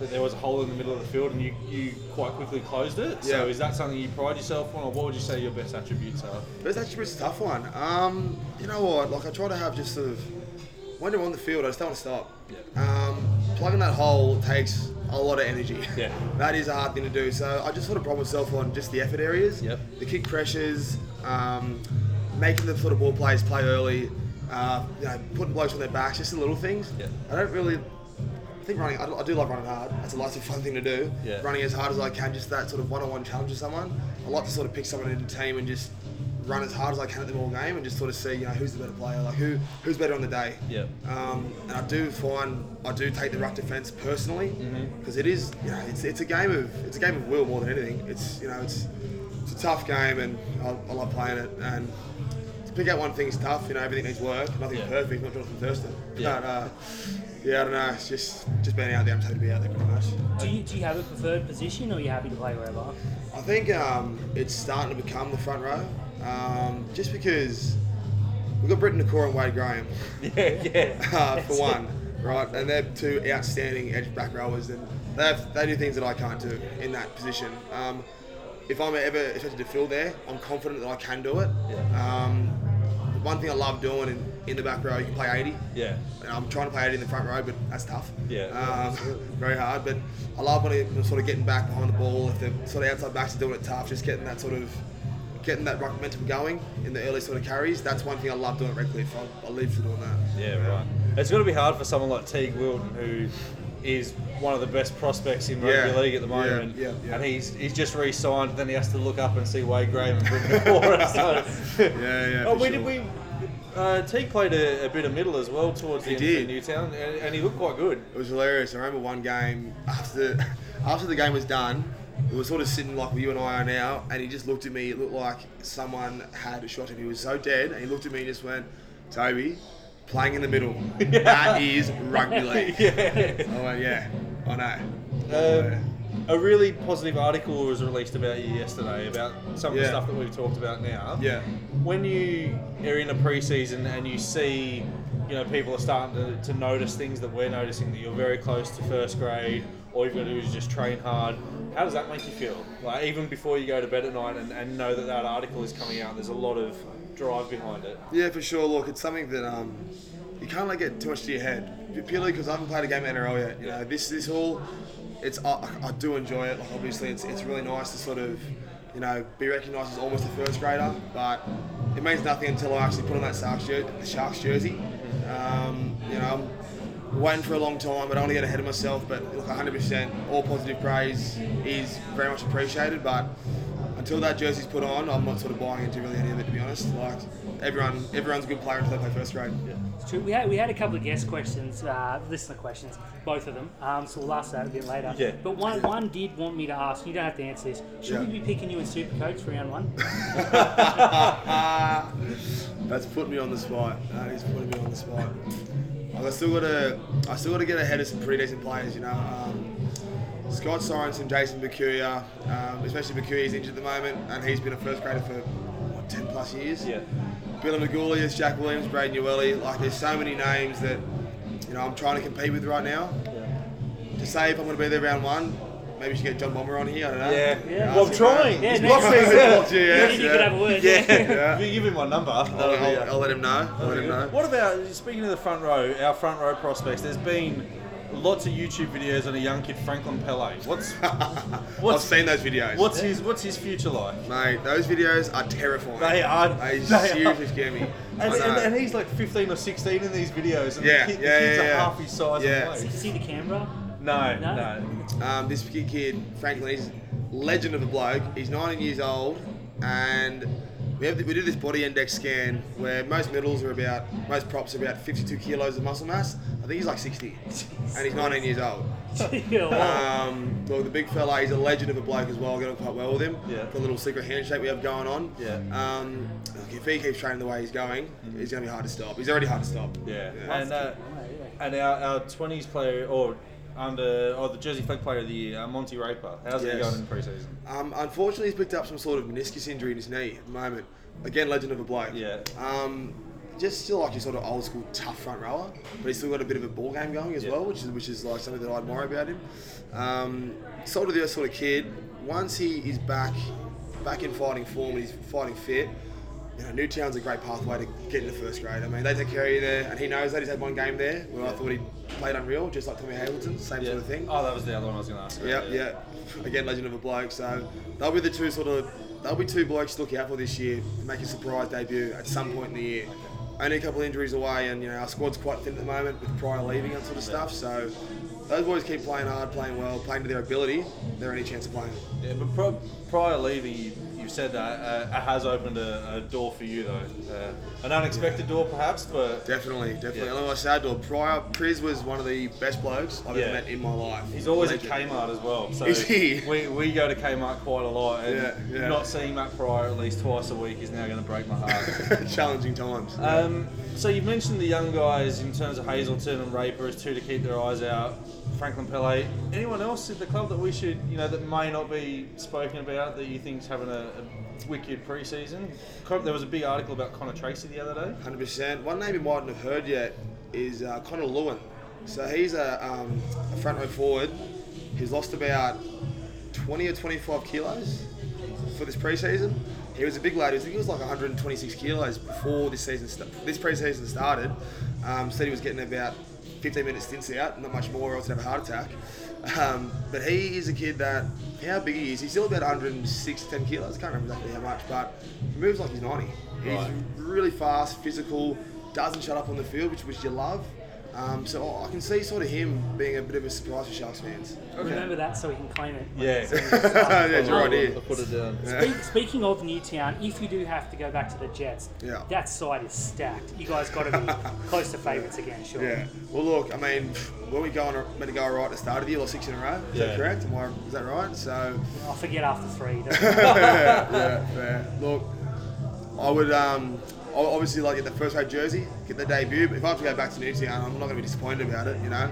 [SPEAKER 2] that there was a hole in the middle of the field and you, you quite quickly closed it.
[SPEAKER 3] Yeah.
[SPEAKER 2] So, is that something you pride yourself on, or what would you say your best attributes are?
[SPEAKER 3] But it's actually a pretty tough one. Um, you know what? Like I try to have just sort of when I'm on the field, I just don't want to stop.
[SPEAKER 2] Yeah.
[SPEAKER 3] Um, plugging that hole takes a lot of energy.
[SPEAKER 2] Yeah.
[SPEAKER 3] that is a hard thing to do. So I just sort of pride myself on just the effort areas.
[SPEAKER 2] Yep.
[SPEAKER 3] The kick pressures, um, making the sort of ball players play early, uh, you know, putting blokes on their backs, just the little things.
[SPEAKER 2] Yeah.
[SPEAKER 3] I don't really. I think running. I do, I do love running hard. That's a lots of fun thing to do.
[SPEAKER 2] Yeah.
[SPEAKER 3] Running as hard as I can, just that sort of one-on-one challenge with someone. I like to sort of pick someone in the team and just run as hard as I can at the ball game and just sort of see, you know, who's the better player, like who who's better on the day.
[SPEAKER 2] Yeah.
[SPEAKER 3] Um, and I do find I do take the ruck defence personally
[SPEAKER 2] Mm-hmm.
[SPEAKER 3] because it is, you know, it's, it's a game of it's a game of will more than anything. It's you know it's it's a tough game and I, I love playing it and. to Pick out one thing's tough, you know. Everything needs work. Nothing's
[SPEAKER 2] Yeah.
[SPEAKER 3] perfect. Not Jonathan Thurston.
[SPEAKER 2] Yeah.
[SPEAKER 3] But uh, yeah, I don't know. It's just just being out there. I'm just happy to be out there pretty much.
[SPEAKER 1] Do you, do you have a preferred position or are you happy to play wherever?
[SPEAKER 3] I think um, it's starting to become the front row, um, just because we've got Britton Nakor and Wade Graham
[SPEAKER 2] Yeah, yeah.
[SPEAKER 3] uh, for one, right? And they're two outstanding edge back rowers, and they have, they do things that I can't do in that position. Um, if I'm ever expected to fill there, I'm confident that I can do it.
[SPEAKER 2] Yeah.
[SPEAKER 3] Um, the one thing I love doing in, in the back row, you can play 80.
[SPEAKER 2] Yeah.
[SPEAKER 3] And I'm trying to play it in the front row, but that's tough.
[SPEAKER 2] Yeah.
[SPEAKER 3] Um, very hard. But I love when I'm sort of getting back behind the ball. If the sort of outside backs are doing it tough, just getting that sort of getting that ruck momentum going in the early sort of carries. That's one thing I love doing at Redcliffe. I, I live for doing that.
[SPEAKER 2] Yeah, right. It's going to be hard for someone like Teague Wilton, who is one of the best prospects in rugby
[SPEAKER 3] Yeah,
[SPEAKER 2] league at the
[SPEAKER 3] yeah,
[SPEAKER 2] moment,
[SPEAKER 3] yeah, yeah.
[SPEAKER 2] and he's he's just re-signed. Then he has to look up and see Wade Graham and Brendan Cora. So.
[SPEAKER 3] Yeah, yeah,
[SPEAKER 2] Oh,
[SPEAKER 3] for
[SPEAKER 2] we
[SPEAKER 3] sure.
[SPEAKER 2] did we. Uh, Teague played a, a bit of middle as well towards the
[SPEAKER 3] He
[SPEAKER 2] end of the
[SPEAKER 3] did.
[SPEAKER 2] Newtown, and, and he looked quite good.
[SPEAKER 3] It was hilarious. I remember one game after the, after the game was done, we were sort of sitting like you and I are now, and he just looked at me. It looked like someone had shot him. He was so dead, and he looked at me and just went, "Toby, playing in the middle. That is rugby league."
[SPEAKER 2] yeah.
[SPEAKER 3] I went, "Yeah, I know."
[SPEAKER 2] Um, a really positive article was released about you yesterday about some of the
[SPEAKER 3] Yeah.
[SPEAKER 2] stuff that we've talked about now.
[SPEAKER 3] yeah.
[SPEAKER 2] when you are in a preseason and you see, you know, people are starting to, to notice things that we're noticing that you're very close to first grade, all you've got to do is just train hard. How does that make you feel? Like even before you go to bed at night and, and know that that article is coming out, there's a lot of drive behind it.
[SPEAKER 3] Yeah, for sure. Look, it's something that um, you can't let get too much to your head. P- Purely because I haven't played a game of NRL yet. You know, this this all, it's I, I do enjoy it. Like obviously, it's, it's really nice to sort of, you know, be recognised as almost a first grader. But it means nothing until I actually put on that Sharks, jer- the Sharks jersey. Um, you know, I'm waiting for a long time. I don't want to get ahead of myself, but look, 100% all positive praise is very much appreciated. But until that jersey's put on, I'm not sort of buying into really any of it to be honest. Like everyone, everyone's a good player until they play first grade.
[SPEAKER 1] It's true. We had, we had a couple of guest questions, uh, listener questions, both of them. Um, so we'll ask that a bit later.
[SPEAKER 2] Yeah.
[SPEAKER 1] But one one did want me to ask. You don't have to answer this. Should
[SPEAKER 3] Yeah.
[SPEAKER 1] we be picking you in Super Coach for round one?
[SPEAKER 3] Uh, That's put me on the spot. That is putting me on the spot. Like, I still got to, I still got to get ahead of some pretty decent players, you know. Um, Scott Sorensen, Jason Bakuya, um, especially Bakuya's injured at the moment, and he's been a first grader for what, 10 plus years.
[SPEAKER 2] Yeah.
[SPEAKER 3] Billy Magulius, Jack Williams, Braden Ueli. Like, there's so many names that you know I'm trying to compete with right now. To say if I'm going to be there round one, maybe you should get John Bomber on here. I don't know.
[SPEAKER 2] Yeah.
[SPEAKER 1] Yeah.
[SPEAKER 2] Well, I'm trying.
[SPEAKER 1] Yeah,
[SPEAKER 2] He's
[SPEAKER 1] next
[SPEAKER 2] blocked me.
[SPEAKER 1] season.
[SPEAKER 3] Yeah, yeah,
[SPEAKER 1] you could have a word.
[SPEAKER 2] Yeah.
[SPEAKER 3] Yeah.
[SPEAKER 2] If you give him my number,
[SPEAKER 3] I'll,
[SPEAKER 2] that'll be
[SPEAKER 3] I'll,
[SPEAKER 2] uh,
[SPEAKER 3] I'll let him know. I'll let him know.
[SPEAKER 2] What about speaking of the front row, our front row prospects? There's been lots of YouTube videos on a young kid, Franklin Pele. What's
[SPEAKER 3] I've seen those videos.
[SPEAKER 2] what's his what's his future like?
[SPEAKER 3] Mate, those videos are terrifying.
[SPEAKER 2] They are.
[SPEAKER 3] They
[SPEAKER 2] they are.
[SPEAKER 3] seriously scare me. I
[SPEAKER 2] And,
[SPEAKER 3] know.
[SPEAKER 2] and, and he's like 15 or 16 in these videos, and
[SPEAKER 3] Yeah,
[SPEAKER 2] the, kid, the
[SPEAKER 3] yeah,
[SPEAKER 2] kids
[SPEAKER 3] yeah,
[SPEAKER 2] are
[SPEAKER 3] yeah.
[SPEAKER 2] half his size. And
[SPEAKER 3] Yeah.
[SPEAKER 1] Did you
[SPEAKER 2] weight.
[SPEAKER 1] see the Canberra?
[SPEAKER 2] No,
[SPEAKER 1] No.
[SPEAKER 2] no.
[SPEAKER 3] um, this kid, kid, Franklin, he's a legend of a bloke. He's 19 years old, and we, have, we do this body index scan where most middles are about, most props are about 52 kilos of muscle mass. I think he's like 60, and he's 19 years old.
[SPEAKER 1] Yeah, well,
[SPEAKER 3] Um, well, the big fella, he's a legend of a bloke as well. Get on quite well with him.
[SPEAKER 2] Yeah.
[SPEAKER 3] The little secret handshake we have going on.
[SPEAKER 2] Yeah. Mm-hmm.
[SPEAKER 3] Um, look, if he keeps training the way he's going, he's going to be hard to stop. He's already hard to stop.
[SPEAKER 2] Yeah,
[SPEAKER 1] "Oh,
[SPEAKER 3] Yeah.
[SPEAKER 2] and uh, and our, our 20s player or under or the Jersey Flag Player of the Year, uh, Monty Raper. How's he
[SPEAKER 3] Yes.
[SPEAKER 2] going in preseason?
[SPEAKER 3] Um, unfortunately, he's picked up some sort of meniscus injury in his knee at the moment. Again, legend of a bloke.
[SPEAKER 2] Yeah.
[SPEAKER 3] Um, just still like your sort of old school tough front rower, but he's still got a bit of a ball game going as
[SPEAKER 2] Yeah.
[SPEAKER 3] well, which is which is like something that I admire about him. Um, sort of the sort of kid. Once he is back, back in fighting form and he's fighting fit. You know, Newtown's a great pathway to get into first grade. I mean, they take care of you there, and he knows that he's had one game there where I thought he played unreal, just like Tommy Hamilton, same
[SPEAKER 2] Yeah.
[SPEAKER 3] sort of thing.
[SPEAKER 2] Oh, that was the other one I was going to ask. about,
[SPEAKER 3] Yep, yeah. Again, legend of a bloke. So they'll be the two sort of they'll be two blokes to look out for this year to make a surprise debut at some point in the year. Only a couple of injuries away, and you know our squad's quite thin at the moment with prior leaving and sort of stuff. So those boys keep playing hard, playing well, playing to their ability. They're any chance of playing.
[SPEAKER 2] Yeah, but pro- prior leaving, you, you've said that uh, it has opened a, a door for you, though. Uh, an unexpected door, perhaps, but
[SPEAKER 3] Definitely, definitely.
[SPEAKER 2] Yeah.
[SPEAKER 3] And like I said, or prior, Priz was one of the best blokes I've
[SPEAKER 2] Yeah.
[SPEAKER 3] ever met in my life.
[SPEAKER 2] he's always
[SPEAKER 3] Legend.
[SPEAKER 2] at Kmart as well. So
[SPEAKER 3] Is he?
[SPEAKER 2] We, we go to Kmart quite a lot, and
[SPEAKER 3] Yeah, yeah.
[SPEAKER 2] not seeing Matt Pryor at least twice a week is now going to break my heart.
[SPEAKER 3] Challenging times.
[SPEAKER 2] Um, so you mentioned the young guys in terms of Hazelton and Raper as two to keep their eyes out. Franklin Pele. Anyone else at the club that we should, you know, that may not be spoken about that you think's having a, a wicked preseason? Co- There was a big article about Connor Tracy the other day.
[SPEAKER 3] Hundred percent. One name you mightn't have heard yet is uh, Connor Lewin. So he's a, um, a front row forward. He's lost about twenty or twenty-five kilos for this preseason. He was a big lad. He was- I think he was like 126 kilos before this season. St- this preseason started. Um, said he was getting about 15 minute stints out, not much more, or else he'd have a heart attack. Um, but he is a kid that, how big he is, he's still about 106, 10 kilos, can't remember exactly how much, but he moves like he's 90. He's
[SPEAKER 2] Right.
[SPEAKER 3] really fast, physical, doesn't shut up on the field, which, which you love. Um, so I can see sort of him being a bit of a surprise for Sharks fans.
[SPEAKER 1] remember that so we can claim it.
[SPEAKER 3] yeah, your idea.
[SPEAKER 2] I put it down.
[SPEAKER 1] Speak, speaking of Newtown, if you do have to go back to the Jets,
[SPEAKER 3] Yeah.
[SPEAKER 1] that side is stacked. You guys got to be close to favourites again, sure.
[SPEAKER 3] Yeah. Well, look, I mean, when we go on, a- meant to go right at the start of the year, like six in a row. Is
[SPEAKER 2] Yeah.
[SPEAKER 3] that correct? Am I, is that right? So,
[SPEAKER 1] I'll forget after three. don't-
[SPEAKER 3] yeah, fair. Look, I would um, I would obviously like get the first row jersey, get the debut. But if I have to go back to New Zealand, I'm not going to be disappointed about it. You know,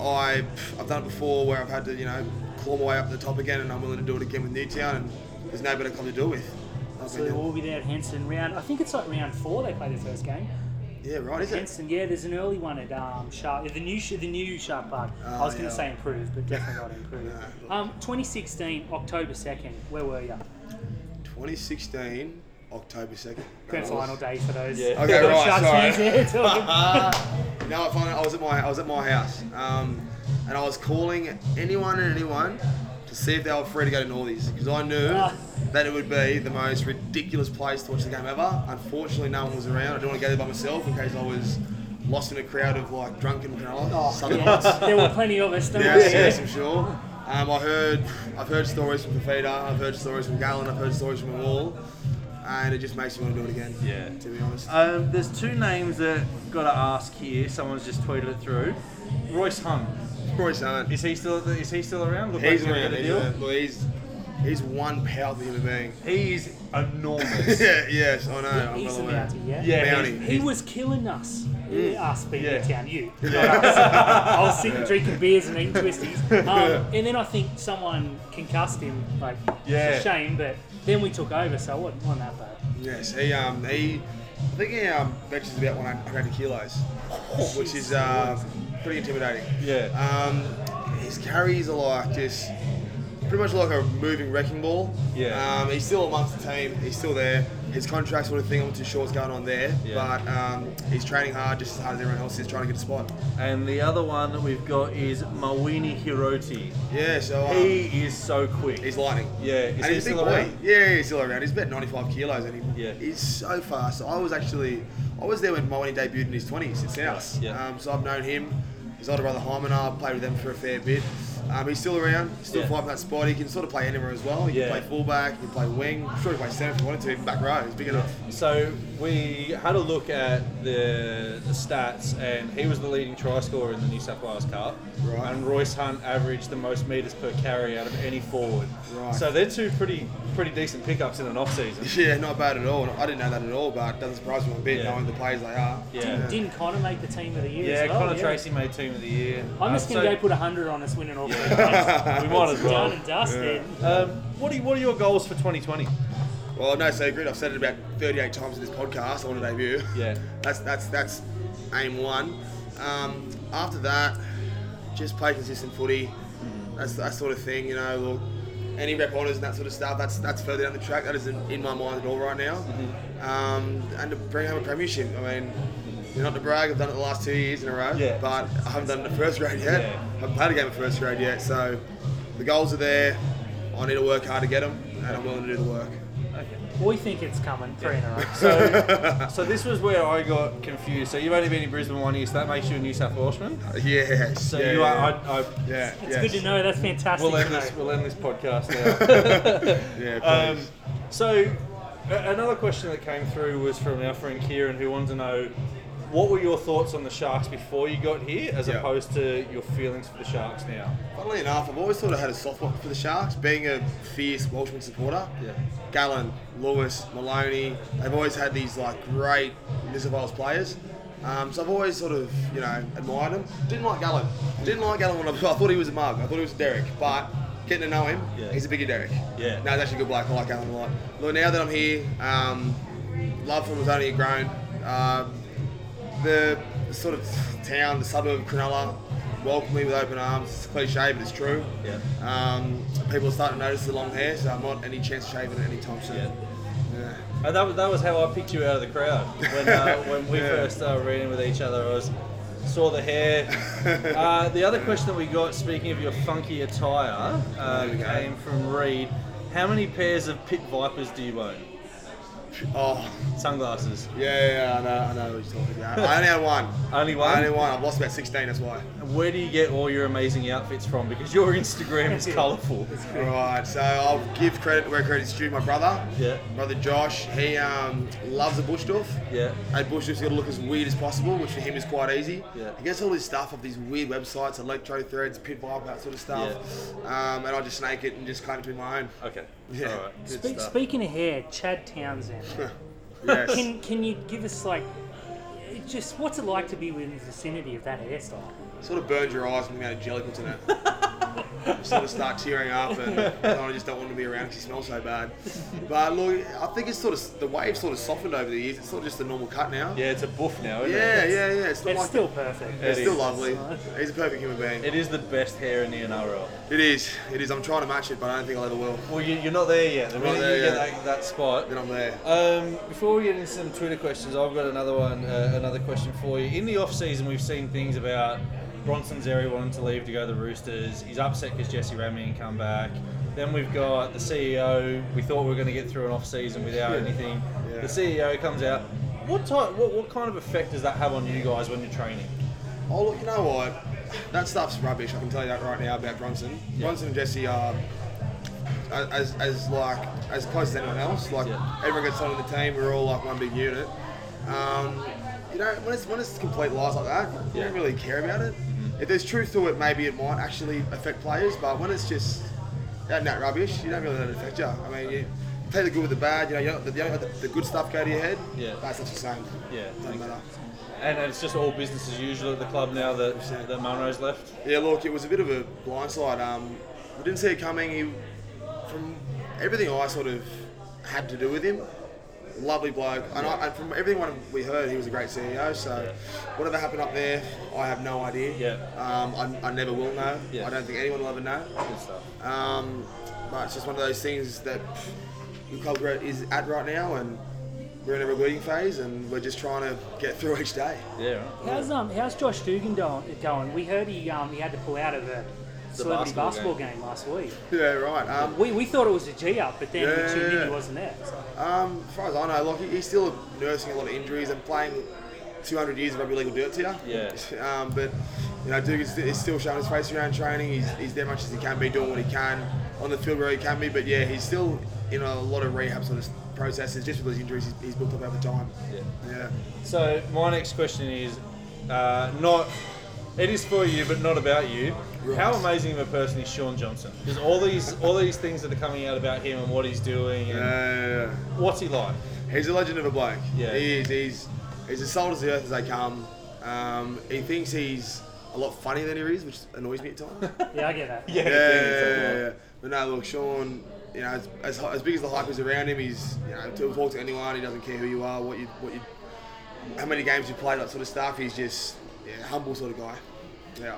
[SPEAKER 3] I I've done it before where I've had to you know claw my way up to the top again, and I'm willing to do it again with Newtown, and there's no better club to do it with. I've
[SPEAKER 1] so
[SPEAKER 3] been-
[SPEAKER 1] we'll be there at Henson round. I think it's like round four they play their first game.
[SPEAKER 3] yeah, right, is it?
[SPEAKER 1] Henson, yeah, there's an early one at um, Sharp, the new the new Sharp Park. I
[SPEAKER 3] Oh,
[SPEAKER 1] was going
[SPEAKER 3] yeah.
[SPEAKER 1] to say improved, but definitely not improved.
[SPEAKER 3] No.
[SPEAKER 1] Um, 2016, October 2nd. Where were you?
[SPEAKER 3] 2016, October 2nd.
[SPEAKER 1] Grand final day for those.
[SPEAKER 2] Yeah.
[SPEAKER 3] Okay, right,
[SPEAKER 1] Sharks
[SPEAKER 3] sorry.
[SPEAKER 1] fans there talking.
[SPEAKER 3] You know, I found out I was at my I was at my house, um, and I was calling anyone and anyone to see if they were free to go to Northies because I knew
[SPEAKER 1] Ah.
[SPEAKER 3] that it would be the most ridiculous place to watch the game ever. Unfortunately, no one was around. I didn't want to go there by myself in case I was lost in a crowd of like drunken Cronulla Southern
[SPEAKER 1] Oh, Yeah,
[SPEAKER 3] Lights.
[SPEAKER 1] there were plenty of us. Don't
[SPEAKER 3] Yeah,
[SPEAKER 1] worry.
[SPEAKER 3] yes, I'm sure. Um, I heard, I've heard stories from Fafita, I've heard stories from Galen, I've heard stories from them all, and it just makes you want to do it again.
[SPEAKER 2] Yeah.
[SPEAKER 3] To be honest.
[SPEAKER 2] Um, there's two names that got to ask here. Someone's just tweeted it through. Royce Hunt.
[SPEAKER 3] Royce Hunt.
[SPEAKER 2] Is he still? Is he still around? Look
[SPEAKER 3] He's
[SPEAKER 2] like he's
[SPEAKER 3] around.
[SPEAKER 2] got a
[SPEAKER 3] He's,
[SPEAKER 2] deal.
[SPEAKER 3] around. Look, he's, he's one powerful human being.
[SPEAKER 2] He's enormous.
[SPEAKER 3] yeah, yes, I know. I'm
[SPEAKER 1] He's
[SPEAKER 3] well
[SPEAKER 1] the
[SPEAKER 3] aware.
[SPEAKER 1] mountie, yeah?
[SPEAKER 2] yeah,
[SPEAKER 3] Bounty.
[SPEAKER 2] he's,
[SPEAKER 1] He was killing us. Us being
[SPEAKER 2] Yeah.
[SPEAKER 1] in town, you. not us. I was sitting drinking beers and eating twisties. Um, and then I think someone concussed him. Like,
[SPEAKER 2] Yeah.
[SPEAKER 1] it's a shame, but then we took over, so it wasn't, wasn't that bad.
[SPEAKER 3] Yes, he um he, I think he um benches about 100 kilos, which is uh, pretty intimidating.
[SPEAKER 2] Yeah.
[SPEAKER 3] Um, his carries are like just pretty much like a moving wrecking ball.
[SPEAKER 2] Yeah.
[SPEAKER 3] Um, he's still amongst the team. He's still there. His contract sort of thing. I'm not too sure what's going on there.
[SPEAKER 2] Yeah.
[SPEAKER 3] But um, he's training hard, just as hard as everyone else is, trying to get a spot.
[SPEAKER 2] And the other one that we've got is Mawini Hiroti.
[SPEAKER 3] Yeah. So um,
[SPEAKER 2] He is so quick.
[SPEAKER 3] He's lightning.
[SPEAKER 2] Yeah, is
[SPEAKER 3] and
[SPEAKER 2] he
[SPEAKER 3] he's a big
[SPEAKER 2] still
[SPEAKER 3] boy.
[SPEAKER 2] around?
[SPEAKER 3] Yeah, he's still around. He's about 95 kilos, and he,
[SPEAKER 2] Yeah.
[SPEAKER 3] he's so fast. I was actually, I was there when Mooney debuted in his 20s. It's ours.
[SPEAKER 2] Yeah.
[SPEAKER 3] Um, so I've known him. His older brother Hyman, I played with them for a fair bit. Um, he's still around, still
[SPEAKER 2] Yeah.
[SPEAKER 3] fighting for that spot. He can sort of play anywhere as well. He
[SPEAKER 2] Yeah.
[SPEAKER 3] can play fullback, he can play wing. I'm sure he can play centre if he wanted to, even back row. He's big enough.
[SPEAKER 2] So we had a look at the, the stats, and he was the leading try scorer in the New South Wales Cup.
[SPEAKER 3] Right.
[SPEAKER 2] And Royce Hunt averaged the most meters per carry out of any forward.
[SPEAKER 3] Right.
[SPEAKER 2] So they're two pretty pretty decent pickups in an off season.
[SPEAKER 3] Yeah, not bad at all. I didn't know that at all, but it doesn't surprise me a bit
[SPEAKER 2] Yeah.
[SPEAKER 3] knowing the players they are.
[SPEAKER 2] Yeah.
[SPEAKER 1] Didn't Connor make the team of the year?
[SPEAKER 2] Yeah,
[SPEAKER 1] as well?
[SPEAKER 2] Connor Tracy made team of the year.
[SPEAKER 1] I'm just
[SPEAKER 2] Um,
[SPEAKER 1] gonna
[SPEAKER 2] so-
[SPEAKER 1] go put hundred on us winning all three
[SPEAKER 2] Yeah.
[SPEAKER 1] games.
[SPEAKER 2] we might as
[SPEAKER 1] It's Done
[SPEAKER 2] well.
[SPEAKER 1] and dusted.
[SPEAKER 2] Um, what are what are your goals for 2020?
[SPEAKER 3] Well, no secret. I've said it about 38 times in this podcast. I want to debut.
[SPEAKER 2] Yeah.
[SPEAKER 3] That's that's that's aim one. Um, after that, just play consistent footy.
[SPEAKER 2] Mm-hmm.
[SPEAKER 3] That's that sort of thing. You know, look, any rep honours and that sort of stuff. That's that's further down the track. That isn't in my mind at all right now.
[SPEAKER 2] Mm-hmm.
[SPEAKER 3] Um, and to bring home a premiership. I mean, you're not to brag. I've done it the last two years in a row.
[SPEAKER 2] Yeah.
[SPEAKER 3] But I haven't done it in first grade yet.
[SPEAKER 2] Yeah.
[SPEAKER 3] I haven't played a game in first grade yet. So the goals are there. I need to work hard to get them, and I'm willing to do the work.
[SPEAKER 2] Okay.
[SPEAKER 1] We think it's coming three in a row.
[SPEAKER 2] So, so this was where I got confused. So you've only been in Brisbane one year, so that makes you a New South Welshman.
[SPEAKER 3] Yeah.
[SPEAKER 2] So
[SPEAKER 3] yeah,
[SPEAKER 2] you
[SPEAKER 3] yeah,
[SPEAKER 2] are. I, I,
[SPEAKER 3] Yeah.
[SPEAKER 1] It's good to know. That's fantastic.
[SPEAKER 2] we'll
[SPEAKER 1] to
[SPEAKER 2] end
[SPEAKER 1] know.
[SPEAKER 2] this. We'll end this podcast
[SPEAKER 3] Yeah, please.
[SPEAKER 2] now. um, so a- another question that came through was from our friend Kieran, who wanted to know. What were your thoughts on the Sharks before you got here, as
[SPEAKER 3] Yeah.
[SPEAKER 2] opposed to your feelings for the Sharks now?
[SPEAKER 3] Funnily enough, I've always sort of had a soft spot for the Sharks, being a fierce Welshman supporter.
[SPEAKER 2] Yeah.
[SPEAKER 3] Gallen, Lewis, Maloney, they've always had these like great New South Wales players. Um, so I've always sort of, you know, admired them. Didn't like Gallen. Didn't like Gallen when I, I thought he was a mug. I thought he was Derek. But getting to know him,
[SPEAKER 2] Yeah.
[SPEAKER 3] he's a bigger Derek.
[SPEAKER 2] Yeah.
[SPEAKER 3] No, he's actually a good bloke. I like Gallen a lot. Look, now that I'm here, um, love for him has only grown. Um, the sort of town, the suburb of Cronulla, welcomed me with open arms. It's cliche, but it's true.
[SPEAKER 2] Yeah.
[SPEAKER 3] Um, people are starting to notice the long hair, so I'm not any chance of shaving it anytime soon.
[SPEAKER 2] Yeah.
[SPEAKER 3] Yeah.
[SPEAKER 2] And Uh, that was, that was how I picked you out of the crowd when, uh, when we
[SPEAKER 3] Yeah.
[SPEAKER 2] first uh, ran in with each other. I was saw the hair. Uh, the other question that we got, speaking of your funky attire, uh,
[SPEAKER 3] There we go.
[SPEAKER 2] came from Reed. How many pairs of pit vipers do you own?
[SPEAKER 3] Oh,
[SPEAKER 2] Sunglasses.
[SPEAKER 3] yeah, yeah, yeah, I know, I know what you're talking about. I only had one.
[SPEAKER 2] Only one?
[SPEAKER 3] I only one. I've lost about 16, that's why.
[SPEAKER 2] And Where do you get all your amazing outfits from? Because your Instagram is colourful.
[SPEAKER 3] Right, so I'll give credit where credit's due. My brother,
[SPEAKER 2] Yeah.
[SPEAKER 3] brother Josh, he um, loves a bush doof.
[SPEAKER 2] Yeah.
[SPEAKER 3] And Bush just got to look as weird as possible, which for him is quite easy.
[SPEAKER 2] Yeah.
[SPEAKER 3] He gets all this stuff off these weird websites, electro threads, pit vibe, that sort of stuff. Um, and I just snake it and just claim it to be my own.
[SPEAKER 2] Okay.
[SPEAKER 3] Yeah.
[SPEAKER 2] All right.
[SPEAKER 3] Good
[SPEAKER 1] Spe-
[SPEAKER 3] stuff.
[SPEAKER 1] speaking of hair, Chad Townsend.
[SPEAKER 3] Yes.
[SPEAKER 1] Can can you give us like it just what's it like to be within the vicinity of that hairstyle?
[SPEAKER 3] sort of burns your eyes when the amount of jelly puts in it. You sort of start tearing up, and I just don't want to be around because he smells so bad. But look, I think it's sort of the wave sort of softened over the years. It's sort of just a normal cut now.
[SPEAKER 2] Yeah, it's a buff now, isn't
[SPEAKER 3] yeah,
[SPEAKER 2] it?
[SPEAKER 3] yeah. yeah. It's, not
[SPEAKER 1] It's
[SPEAKER 3] like
[SPEAKER 1] still perfect.
[SPEAKER 2] It
[SPEAKER 3] it's still
[SPEAKER 2] is.
[SPEAKER 3] lovely.
[SPEAKER 1] It's nice.
[SPEAKER 3] He's a perfect human being.
[SPEAKER 2] It is the best hair in the NRL.
[SPEAKER 3] it is. It is. I'm trying to match it, but I don't think I'll ever will.
[SPEAKER 2] Well, you, you're not there yet. The
[SPEAKER 3] not
[SPEAKER 2] minute
[SPEAKER 3] there
[SPEAKER 2] you
[SPEAKER 3] yet.
[SPEAKER 2] get that, that spot,
[SPEAKER 3] Then I'm there.
[SPEAKER 2] Um, before we get into some Twitter questions, I've got another one, uh, another question for you. In the off season, we've seen things about Bronson's area wanting to leave to go to the Roosters. He's upset because Jesse Ramian come back. Then we've got the CEO. We thought we were going to get through an off season without anything.
[SPEAKER 3] Yeah.
[SPEAKER 2] The CEO comes out. What type? What, what kind of effect does that have on you guys when you're training?
[SPEAKER 3] Oh, look, you know what? That stuff's rubbish. I can tell you that right now about Bronson. Bronson and Jesse are as, as like as close as anyone else. Like
[SPEAKER 2] Yeah.
[SPEAKER 3] everyone gets on in the team. We're all like one big unit. Um, you know, when it's when it's complete lies like that, you
[SPEAKER 2] Yeah. Mm-hmm.
[SPEAKER 3] don't really care about it. If there's truth to it, maybe it might actually affect players. But when it's just that and that rubbish, you don't really let it affect you. I mean, you take the good with the bad. You know, you don't, you don't let the, the good stuff go to your head.
[SPEAKER 2] Yeah.
[SPEAKER 3] That stuff's the same.
[SPEAKER 2] Yeah,
[SPEAKER 3] Doesn't matter.
[SPEAKER 2] and it's just all business as usual at the club now that that Munro's left.
[SPEAKER 3] Yeah, look, it was a bit of a blindside. Um, I didn't see it coming. He, from everything I sort of had to do with him, lovely bloke. And, I, and from everyone we heard, he was a great CEO. So whatever happened up there, I have no idea.
[SPEAKER 2] Yeah.
[SPEAKER 3] Um, I, I never will know.
[SPEAKER 2] Yeah.
[SPEAKER 3] I don't think anyone will ever know.
[SPEAKER 2] Good stuff.
[SPEAKER 3] Um, but it's just one of those things that the club we're at is at right now, and we're in a rebuilding phase, and we're just trying to get through each day.
[SPEAKER 2] Yeah. right.
[SPEAKER 1] How's um how's Josh Dugan do- going? We heard he um he had to pull out of a celebrity basketball,
[SPEAKER 2] basketball game.
[SPEAKER 1] game. last week.
[SPEAKER 3] Yeah, right. Um,
[SPEAKER 1] We, we thought it was a G up, but then
[SPEAKER 3] Yeah,
[SPEAKER 1] we tuned
[SPEAKER 3] yeah,
[SPEAKER 1] in
[SPEAKER 3] yeah.
[SPEAKER 1] he wasn't there. So.
[SPEAKER 3] Um, as far as I know, like he- he's still nursing a lot of injuries and playing 200 years of rugby league will do it to you.
[SPEAKER 2] Yeah.
[SPEAKER 3] Um, but You know, Duke is, is still showing his face around training. He's, he's there much as he can be, doing what he can on the field where he can be. But yeah, he's still in a lot of rehab sort of processes just with those injuries he's, he's built up over time.
[SPEAKER 2] Yeah.
[SPEAKER 3] Yeah.
[SPEAKER 2] So my next question is uh, not. It is for you, but not about you.
[SPEAKER 3] Right.
[SPEAKER 2] How amazing of a person is Sean Johnson? Because all these all these things that are coming out about him and what he's doing and
[SPEAKER 3] Yeah.
[SPEAKER 2] what's he like?
[SPEAKER 3] Uh, He's a legend of a bloke.
[SPEAKER 2] Yeah.
[SPEAKER 3] He is. He's, he's as solid as the earth as they come. Um, he thinks he's a lot funnier than he is, which annoys me at times.
[SPEAKER 1] Yeah, I get that.
[SPEAKER 2] Yeah,
[SPEAKER 3] yeah, yeah, yeah. But no, look, Sean. You know, as, as, as big as the hype is around him, he's you know, he'll talk to anyone. He doesn't care who you are, what you, what you, how many games you played, that sort of stuff. He's just yeah, humble sort of guy. Yeah.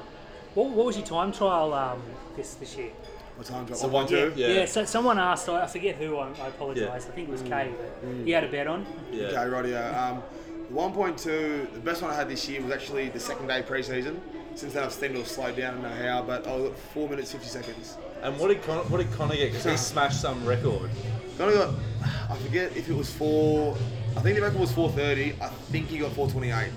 [SPEAKER 1] What, what was your time trial um, this this year?
[SPEAKER 3] What time drop?
[SPEAKER 2] So one
[SPEAKER 3] two.
[SPEAKER 2] Yeah.
[SPEAKER 1] so someone asked. I I forget who. I, I apologise. I think it
[SPEAKER 3] Mm.
[SPEAKER 1] was Kay. But He had a bet on.
[SPEAKER 2] Yeah.
[SPEAKER 3] Okay, rightio. Um, the 1.2, the best one I had this year was actually the second day preseason. Since then, I've seen it all slowed down. I don't know how, but I was at four minutes fifty seconds.
[SPEAKER 2] And what did Connor, what did Connor get? Because he smashed some record.
[SPEAKER 3] Then I got, I forget if it was four. I think the record was four thirty. I think he got four twenty-eight.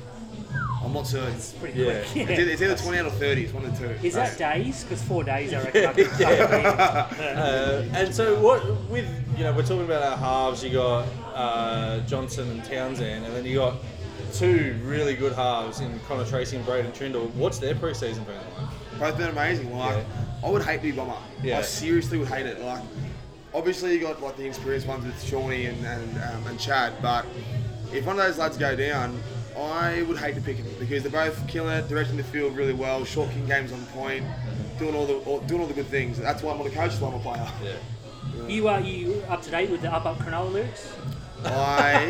[SPEAKER 3] I'm not certain.
[SPEAKER 1] It's pretty
[SPEAKER 2] Yeah.
[SPEAKER 1] quick.
[SPEAKER 3] It's either, it's either 28 or 30, it's one of the two.
[SPEAKER 1] Is that days? Because four days, I reckon. I could-
[SPEAKER 2] Uh, and so what with you know we're talking about our halves. You got uh, Johnson and Townsend, and then you got two really good halves in Connor Tracy and Braden Trindle. What's their preseason been like?
[SPEAKER 3] Both been amazing. Like, I would hate B Bomber.
[SPEAKER 2] Yeah.
[SPEAKER 3] I seriously would hate it. Like, obviously, you got like the experienced ones with Shawnee and and, um, and Chad, but if one of those lads go down, I would hate to pick him because they're both killing it, directing the field really well, short king games on point, doing all the all, doing all the good things. That's why I'm not a coach, that's why I'm a player.
[SPEAKER 2] Yeah.
[SPEAKER 1] you are you up to date with the up up Cronulla lyrics?
[SPEAKER 3] I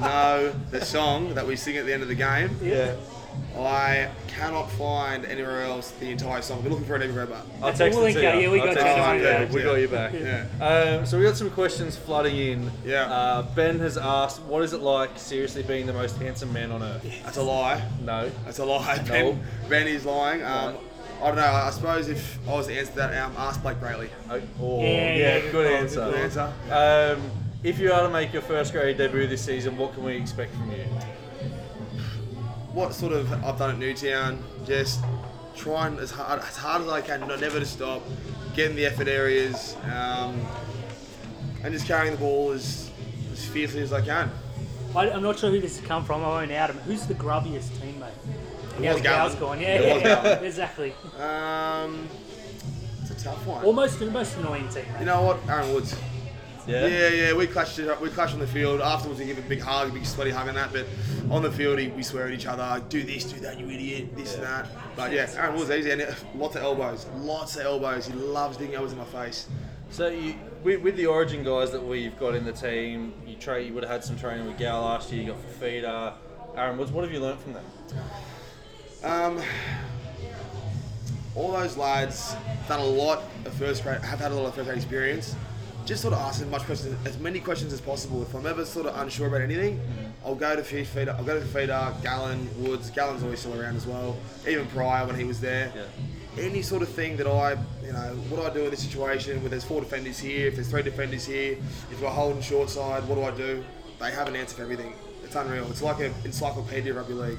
[SPEAKER 3] know the song that we sing at the end of the game.
[SPEAKER 2] Yeah.
[SPEAKER 3] I cannot find anywhere else the entire song. I've been looking for it everywhere, but
[SPEAKER 2] I'll
[SPEAKER 1] That's
[SPEAKER 2] text
[SPEAKER 1] all
[SPEAKER 2] it
[SPEAKER 1] we
[SPEAKER 2] to
[SPEAKER 1] got.
[SPEAKER 2] you.
[SPEAKER 1] Yeah, we
[SPEAKER 2] I'll
[SPEAKER 1] got
[SPEAKER 2] text
[SPEAKER 3] you.
[SPEAKER 2] it to you.
[SPEAKER 3] Yeah,
[SPEAKER 2] We
[SPEAKER 3] yeah.
[SPEAKER 2] got you back.
[SPEAKER 3] yeah.
[SPEAKER 2] Um, so we got some questions flooding in.
[SPEAKER 3] Yeah.
[SPEAKER 2] Uh, ben has asked, "What is it like seriously being the most handsome man on earth?"
[SPEAKER 3] That's a lie.
[SPEAKER 2] No.
[SPEAKER 3] That's a lie. Ben,
[SPEAKER 2] No.
[SPEAKER 3] ben is lying. Um,
[SPEAKER 2] Right.
[SPEAKER 3] I don't know. I suppose if I was to answer that, um, ask Blake Braley.
[SPEAKER 2] Oh, oh,
[SPEAKER 1] Yeah,
[SPEAKER 2] yeah,
[SPEAKER 1] yeah, Oh,
[SPEAKER 2] good,
[SPEAKER 1] good
[SPEAKER 2] answer.
[SPEAKER 3] Good answer.
[SPEAKER 2] Um, if you are to make your first grade debut this season, what can we expect from you?
[SPEAKER 3] What sort of I've done at Newtown? Just trying as hard as hard as I can, not never to stop, getting the effort areas, um, and just carrying the ball as, as fiercely as I can.
[SPEAKER 1] I, I'm not sure who this has come from. I won't out him. Who's the grubbiest teammate? Yeah,
[SPEAKER 3] was
[SPEAKER 1] Gow's gone.
[SPEAKER 3] Gowan. It
[SPEAKER 1] Yeah, yeah,
[SPEAKER 3] was
[SPEAKER 1] yeah.
[SPEAKER 3] Gowan.
[SPEAKER 1] exactly.
[SPEAKER 3] Um, it's a tough one.
[SPEAKER 1] Almost the most annoying teammate.
[SPEAKER 3] You know what, Aaron Woods.
[SPEAKER 2] Yeah.
[SPEAKER 3] Yeah, yeah, we clashed it up. We clashed on the field. Afterwards, we give a big hug, a big sweaty hug and that. But on the field, he- we swear at each other. Do this, do that, you idiot. This and that. But yeah, Aaron Woods easy and it- lots of elbows, lots of elbows. He loves digging elbows in my face.
[SPEAKER 2] So you, with, with the Origin guys that we've got in the team, you tra- you would have had some training with Gal last year. You got Fafita, Aaron Woods. What have you learnt from them?
[SPEAKER 3] Um, all those lads done a lot of first grade, have had a lot of first grade experience. Just sort of ask as much questions, as many questions as possible. If I'm ever sort of unsure about anything, I'll go to Fish Feeder. I'll go to Feeder, Gallon, Woods. Gallon's always still around as well. Even prior when he was there.
[SPEAKER 2] Yeah.
[SPEAKER 3] Any sort of thing that I, you know, what do I do in this situation? Where there's four defenders here, if there's three defenders here, if we're holding short side, what do I do? They have an answer for everything. It's unreal. It's like an encyclopedia of rugby league.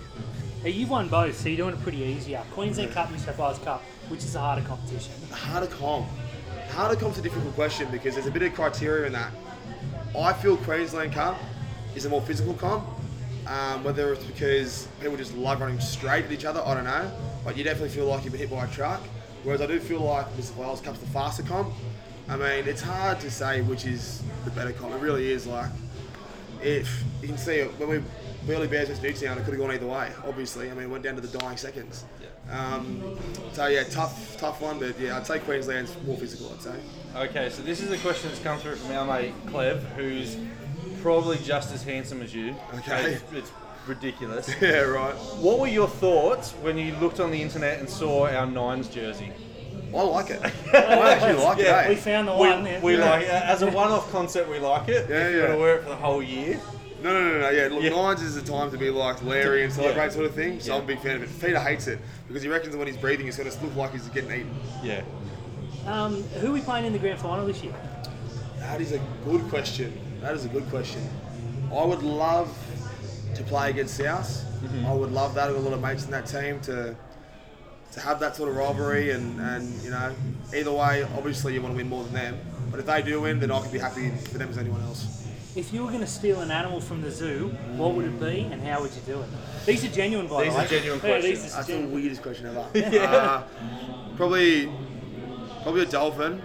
[SPEAKER 1] Hey, you've won both, so you're doing it pretty easy. up. Queensland Cup, New South Wales Cup, which is a harder competition.
[SPEAKER 3] harder comp. Harder comp's a difficult question because there's a bit of criteria in that. I feel Queensland Cup is a more physical comp. Um, whether it's because people just love running straight at each other, I don't know. But you definitely feel like you've been hit by a truck. Whereas I do feel like New South Wales Cup's the faster comp. I mean, it's hard to say which is the better comp. It really is. Like, if you can see it, when we Burley Bears versus Newtown, it could have gone either way. Obviously, I mean, it went down to the dying seconds. Um, so yeah, tough, tough one, but yeah, I'd say Queensland's more physical. I'd say.
[SPEAKER 2] Okay, so this is a question that's come through from our mate Clev, who's probably just as handsome as you.
[SPEAKER 3] Okay.
[SPEAKER 2] It's, it's ridiculous.
[SPEAKER 3] Yeah, right.
[SPEAKER 2] what were your thoughts when you looked on the internet and saw our Nines jersey?
[SPEAKER 3] I like it. I actually like
[SPEAKER 2] Yeah,
[SPEAKER 3] it.
[SPEAKER 1] We
[SPEAKER 3] eh?
[SPEAKER 1] found the
[SPEAKER 2] We,
[SPEAKER 1] one. yeah.
[SPEAKER 2] we like as a one-off concept. We like it.
[SPEAKER 3] Yeah,
[SPEAKER 2] If We're
[SPEAKER 3] yeah.
[SPEAKER 2] gonna wear it for the whole year.
[SPEAKER 3] No, no, no, no. Yeah, look,
[SPEAKER 2] Yeah.
[SPEAKER 3] nines is the time to be like Larry and celebrate
[SPEAKER 2] Yeah.
[SPEAKER 3] sort of thing. So
[SPEAKER 2] Yeah.
[SPEAKER 3] I'm a big fan of it. Peter hates it because he reckons when he's breathing, it's going to look like he's getting eaten.
[SPEAKER 2] Yeah.
[SPEAKER 1] Um, who are we playing in the grand final this year?
[SPEAKER 3] That is a good question. That is a good question. I would love to play against South. I would love that. I've got a lot of mates in that team to to have that sort of rivalry and, and you know either way obviously you want to win more than them but if they do win then I could be happy for them as anyone else
[SPEAKER 1] If you were going to steal an animal from the zoo, what would it be and how would you do it? These are genuine, by
[SPEAKER 4] These
[SPEAKER 1] the
[SPEAKER 4] are
[SPEAKER 1] way.
[SPEAKER 4] genuine
[SPEAKER 1] Yeah,
[SPEAKER 4] questions.
[SPEAKER 1] these are
[SPEAKER 3] that's the
[SPEAKER 1] genuine.
[SPEAKER 3] weirdest question ever uh, probably probably a dolphin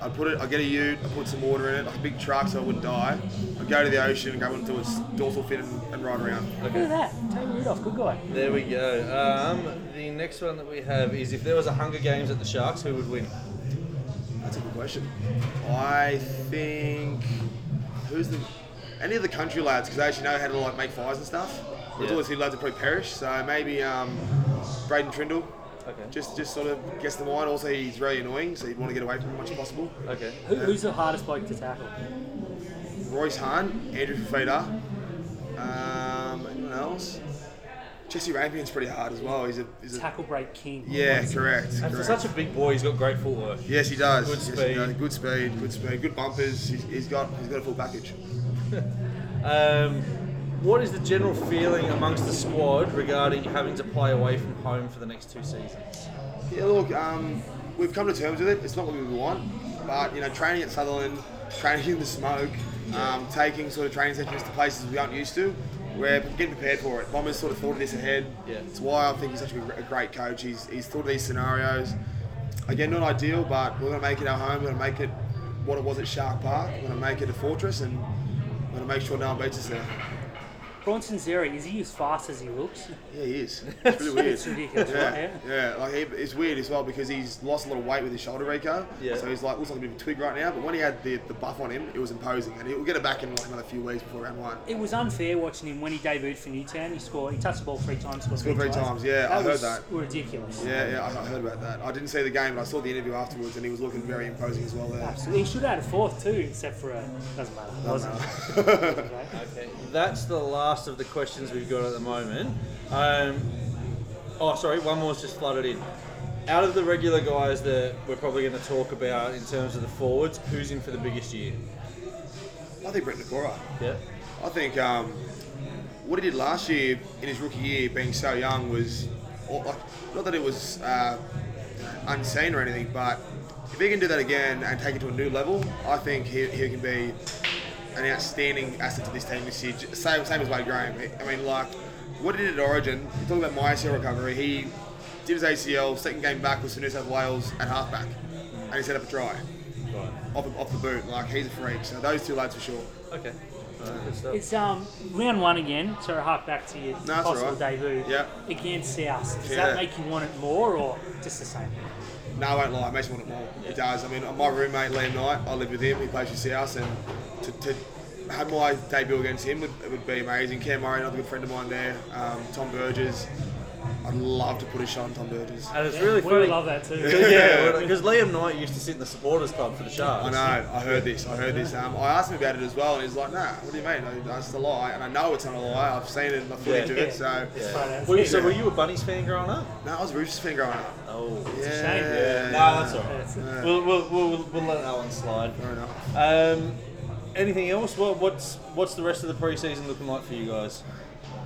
[SPEAKER 3] I'd put it I'd get a ute I'd put some water in it like a big truck so it wouldn't die I'd go to the ocean and go into its dorsal fin and, and ride around
[SPEAKER 1] Look at that. Taylor Rudolph, good guy.
[SPEAKER 2] There we go. Um, the next one that we have is if there was a Hunger Games at the Sharks, who would win?
[SPEAKER 3] That's a good question. I think who's the any of the country lads because they actually know how to like make fires and stuff. There's
[SPEAKER 2] Yeah.
[SPEAKER 3] always few lads that probably perish, so maybe um, Braden Trindle.
[SPEAKER 2] Okay.
[SPEAKER 3] Just just sort of gets the mind. Also, he's really annoying, so you'd want to get away from him as much as possible.
[SPEAKER 2] Okay.
[SPEAKER 1] Who, who's the hardest bloke to tackle?
[SPEAKER 3] Royce Hahn, Andrew Fafita, um, anyone else? Jesse Rampion's pretty hard as well. He's a, he's a
[SPEAKER 1] Tackle break king.
[SPEAKER 3] yeah, correct.
[SPEAKER 2] And for
[SPEAKER 3] correct.
[SPEAKER 2] such a big boy, he's got great footwork.
[SPEAKER 3] Yes, he does.
[SPEAKER 2] Good
[SPEAKER 3] Yes, he
[SPEAKER 2] speed.
[SPEAKER 3] does. Good speed. Good speed. Good bumpers. He's, he's got he's got a full package.
[SPEAKER 2] Um, what is the general feeling amongst the squad regarding having to play away from home for the next two seasons?
[SPEAKER 3] Yeah, look, um, we've come to terms with it. It's not what we want, but you know, training at Sutherland, training in the smoke, um, taking sort of training sessions to places we aren't used to. We're getting prepared for it. Bomber's sort of thought of this ahead.
[SPEAKER 2] Yeah.
[SPEAKER 3] It's why I think he's such a gr- a great coach. He's, he's thought of these scenarios. Again, not ideal, but we're going to make it our home. We're going to make it what it was at Shark Park. We're going to make it a fortress, and we're going to make sure no one beats us there.
[SPEAKER 1] Bronson Zeri, is he as fast as he looks?
[SPEAKER 3] Yeah, he is. It's really weird.
[SPEAKER 1] It's ridiculous,
[SPEAKER 3] yeah,
[SPEAKER 1] right?
[SPEAKER 3] yeah. Like he, it's weird as well because he's lost a lot of weight with his shoulder reco.
[SPEAKER 2] Yeah.
[SPEAKER 3] So he's like looks like a bit of a twig right now. But when he had the, the buff on him, it was imposing, and he'll get it back in like another few weeks before round one.
[SPEAKER 1] It was unfair watching him when he debuted for Newtown. He scored, he touched the ball three times, scored
[SPEAKER 3] Scored
[SPEAKER 1] three
[SPEAKER 3] three times, yeah, I heard
[SPEAKER 1] was
[SPEAKER 3] that.
[SPEAKER 1] Ridiculous.
[SPEAKER 3] Yeah, yeah. I, I heard about that. I didn't see the game, but I saw the interview afterwards, and he was looking very imposing as well there.
[SPEAKER 1] Absolutely. He should have had a fourth too, except for a doesn't matter. wasn't it? Okay.
[SPEAKER 2] Okay. That's the last of the questions we've got at the moment. Um, oh, sorry, one more's just flooded in. Out of the regular guys that we're probably going to talk about in terms of the forwards, who's in for the biggest year?
[SPEAKER 3] I think Brett Nakora.
[SPEAKER 2] Yeah.
[SPEAKER 3] I think um, what he did last year in his rookie year, being so young, was or, like, not that it was uh, unseen or anything, but if he can do that again and take it to a new level, I think he, he can be an outstanding asset to this team this year. J- Same, same as Wade Graham. I mean, like what he did at Origin, you talk about my ACL recovery. He did his ACL, second game back was for New South Wales at halfback, and he set up a try
[SPEAKER 2] Right.
[SPEAKER 3] off the, off the boot. Like he's a freak. So those two lads for sure.
[SPEAKER 2] Okay. All right, good stuff.
[SPEAKER 1] It's um round one again, so hark back to your
[SPEAKER 3] that's
[SPEAKER 1] possible
[SPEAKER 3] all right.
[SPEAKER 1] debut
[SPEAKER 3] Yeah.
[SPEAKER 1] against South. Does
[SPEAKER 3] Yeah.
[SPEAKER 1] that make you want it more or just the same?
[SPEAKER 3] No, I won't lie. It makes me want it more. It does. I mean, my roommate Liam Knight, I live with him. He plays for South, and to, to have my debut against him would, it would be amazing. Cam Murray, another good friend of mine there. Um, Tom Burgess. I'd love to put a shot on Tom Burgess.
[SPEAKER 2] and it's really
[SPEAKER 1] we
[SPEAKER 2] funny.
[SPEAKER 1] love that too.
[SPEAKER 2] yeah, because Liam Knight used to sit in the supporters club for the Sharks.
[SPEAKER 3] I know. I heard this. I heard this. Um, I asked him about it as well, and he's like, "Nah, what do you mean? I- That's a lie." And I know it's not a lie. I've seen it. and I footage of
[SPEAKER 1] Yeah.
[SPEAKER 3] it. So,
[SPEAKER 1] It's fun, eh?
[SPEAKER 2] Were you- so were you a Bunnies fan growing up?
[SPEAKER 3] no, I was a Roosters fan growing up.
[SPEAKER 2] Oh.
[SPEAKER 3] yeah,
[SPEAKER 1] shame.
[SPEAKER 2] No,
[SPEAKER 1] Yeah.
[SPEAKER 2] that's all right.
[SPEAKER 1] That's-
[SPEAKER 2] We'll, we'll, we'll, we'll let that one slide.
[SPEAKER 3] Fair enough.
[SPEAKER 2] Um, anything else? Well, what's what's the rest of the preseason looking like for you guys?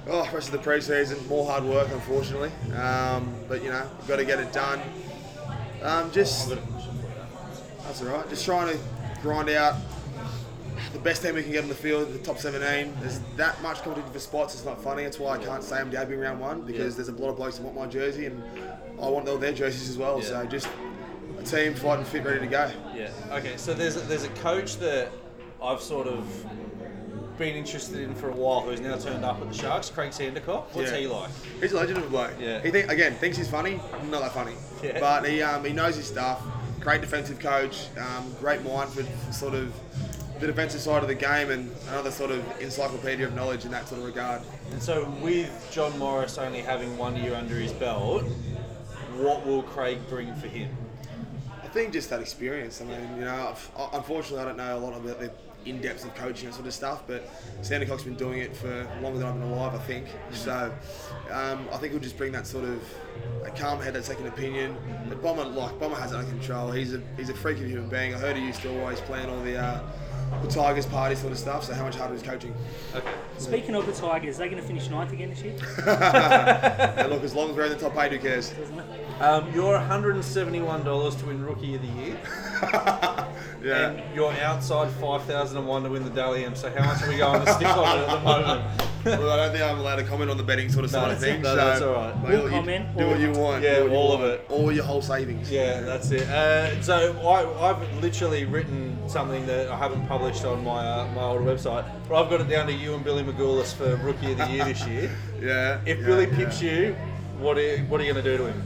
[SPEAKER 3] Oh, rest of the preseason, more hard work, unfortunately. Um, but you know, we've got to get it done. Um, just that's all right. Just trying to grind out the best team we can get on the field, the top 17. There's that much competition for spots. It's not funny. That's why I can't say I'm dabbing round one because
[SPEAKER 2] Yeah.
[SPEAKER 3] there's a lot of blokes that want my jersey and I want all their jerseys as well.
[SPEAKER 2] Yeah.
[SPEAKER 3] So just a team fighting fit, ready to go.
[SPEAKER 2] Yeah. Okay. So there's a, there's a coach that I've sort of been interested in for a while who's now turned up at the Sharks, Craig Sandercock. What's
[SPEAKER 3] Yeah.
[SPEAKER 2] he like?
[SPEAKER 3] He's a legend of a bloke.
[SPEAKER 2] Yeah.
[SPEAKER 3] He think, again thinks he's funny. Not that funny.
[SPEAKER 2] Yeah.
[SPEAKER 3] But he um, he knows his stuff. Great defensive coach. Um, great mind for sort of the defensive side of the game and another sort of encyclopedia of knowledge in that sort of regard.
[SPEAKER 2] And so with John Morris only having one year under his belt, what will Craig bring for him?
[SPEAKER 3] I think just that experience. I mean, you know, I've- I- unfortunately, I don't know a lot about the in depth of coaching and sort of stuff, but Sandy Cox has been doing it for longer than I've been alive, I think. So um, I think he'll just bring that sort of a calm head, that second opinion. But Bomber, like, Bomber has it under control. He's a, he's a freak of a human being. I heard he used to always plan all the, uh, the Tigers party sort of stuff, so how much harder is coaching?
[SPEAKER 2] Okay.
[SPEAKER 1] Speaking of the Tigers, they're going to finish ninth again this year,
[SPEAKER 3] and look, as long as we're in the top eight, who cares?
[SPEAKER 1] doesn't it?
[SPEAKER 2] Um, you're $171 to win Rookie of the Year,
[SPEAKER 3] yeah.
[SPEAKER 2] and you're outside 5001 to win the Dally M. So how much are we going to stick on it at the moment?
[SPEAKER 3] well, I don't think I'm allowed to comment on the betting sort of side of
[SPEAKER 2] that's-
[SPEAKER 3] things.
[SPEAKER 2] no,
[SPEAKER 3] so
[SPEAKER 2] that's all right.
[SPEAKER 3] mate,
[SPEAKER 1] We'll
[SPEAKER 3] you-
[SPEAKER 1] comment,
[SPEAKER 3] Do
[SPEAKER 1] all
[SPEAKER 3] what
[SPEAKER 1] of
[SPEAKER 3] you
[SPEAKER 1] it.
[SPEAKER 3] want.
[SPEAKER 2] Yeah,
[SPEAKER 3] do what you
[SPEAKER 2] all of
[SPEAKER 3] want.
[SPEAKER 2] it.
[SPEAKER 3] All your whole savings.
[SPEAKER 2] yeah, that's it. Uh, so I, I've literally written something that I haven't published on my uh, my old website, but I've got it down to you and Billy McGoulis for Rookie of the Year this year.
[SPEAKER 3] Yeah.
[SPEAKER 2] If
[SPEAKER 3] yeah,
[SPEAKER 2] Billy
[SPEAKER 3] yeah.
[SPEAKER 2] pips you, what are you, what are you going to do to him?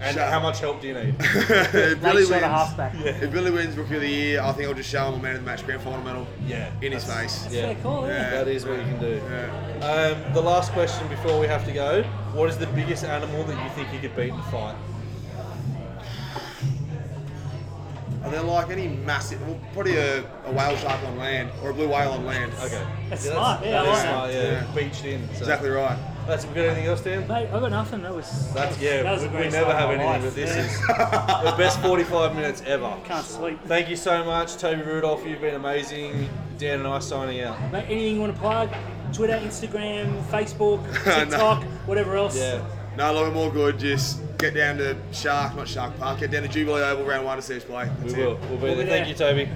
[SPEAKER 2] And
[SPEAKER 3] Shut
[SPEAKER 2] how
[SPEAKER 3] up.
[SPEAKER 2] much help do you need?
[SPEAKER 3] if
[SPEAKER 1] Late
[SPEAKER 3] Billy
[SPEAKER 1] shot
[SPEAKER 3] wins,
[SPEAKER 1] a halfback.
[SPEAKER 3] if Billy wins Rookie of the Year, I think I'll just show him a man of the match grand final medal
[SPEAKER 2] Yeah,
[SPEAKER 3] in his
[SPEAKER 2] that's-
[SPEAKER 3] face.
[SPEAKER 1] Fair call, isn't it?
[SPEAKER 2] That is what you can do.
[SPEAKER 3] Yeah.
[SPEAKER 2] Um, the last question before we have to go: What is the biggest animal that you think you could beat in a fight?
[SPEAKER 3] Are there like any massive? Well, probably a, a whale shark on land or a blue whale on land.
[SPEAKER 2] Okay,
[SPEAKER 1] That's smart, yeah, I
[SPEAKER 2] that is
[SPEAKER 1] like that.
[SPEAKER 2] smart, yeah,
[SPEAKER 3] Yeah.
[SPEAKER 2] beached in. So.
[SPEAKER 3] Exactly right.
[SPEAKER 2] That's we got anything else, Dan?
[SPEAKER 1] Mate, I got nothing. That was.
[SPEAKER 2] That's
[SPEAKER 1] that was-
[SPEAKER 2] yeah.
[SPEAKER 1] That was
[SPEAKER 2] we,
[SPEAKER 1] the
[SPEAKER 2] we
[SPEAKER 1] greatest
[SPEAKER 2] never
[SPEAKER 1] night
[SPEAKER 2] have
[SPEAKER 1] of my life.
[SPEAKER 2] anything, but this
[SPEAKER 1] Yeah.
[SPEAKER 2] is the best 45 minutes ever.
[SPEAKER 1] Can't sleep.
[SPEAKER 2] Thank you so much, Toby Rudolph. You've been amazing. Dan and I signing out.
[SPEAKER 1] Mate, anything you want to plug? Twitter, Instagram, Facebook,
[SPEAKER 3] No.
[SPEAKER 1] TikTok, whatever else.
[SPEAKER 2] Yeah.
[SPEAKER 3] No, look more good. Just get down to Shark, not Shark Park. Get down to Jubilee Oval, round one to see us play. That's
[SPEAKER 2] We
[SPEAKER 3] it.
[SPEAKER 2] will. We'll be
[SPEAKER 1] We'll
[SPEAKER 2] there.
[SPEAKER 1] be
[SPEAKER 2] Thank you, Toby.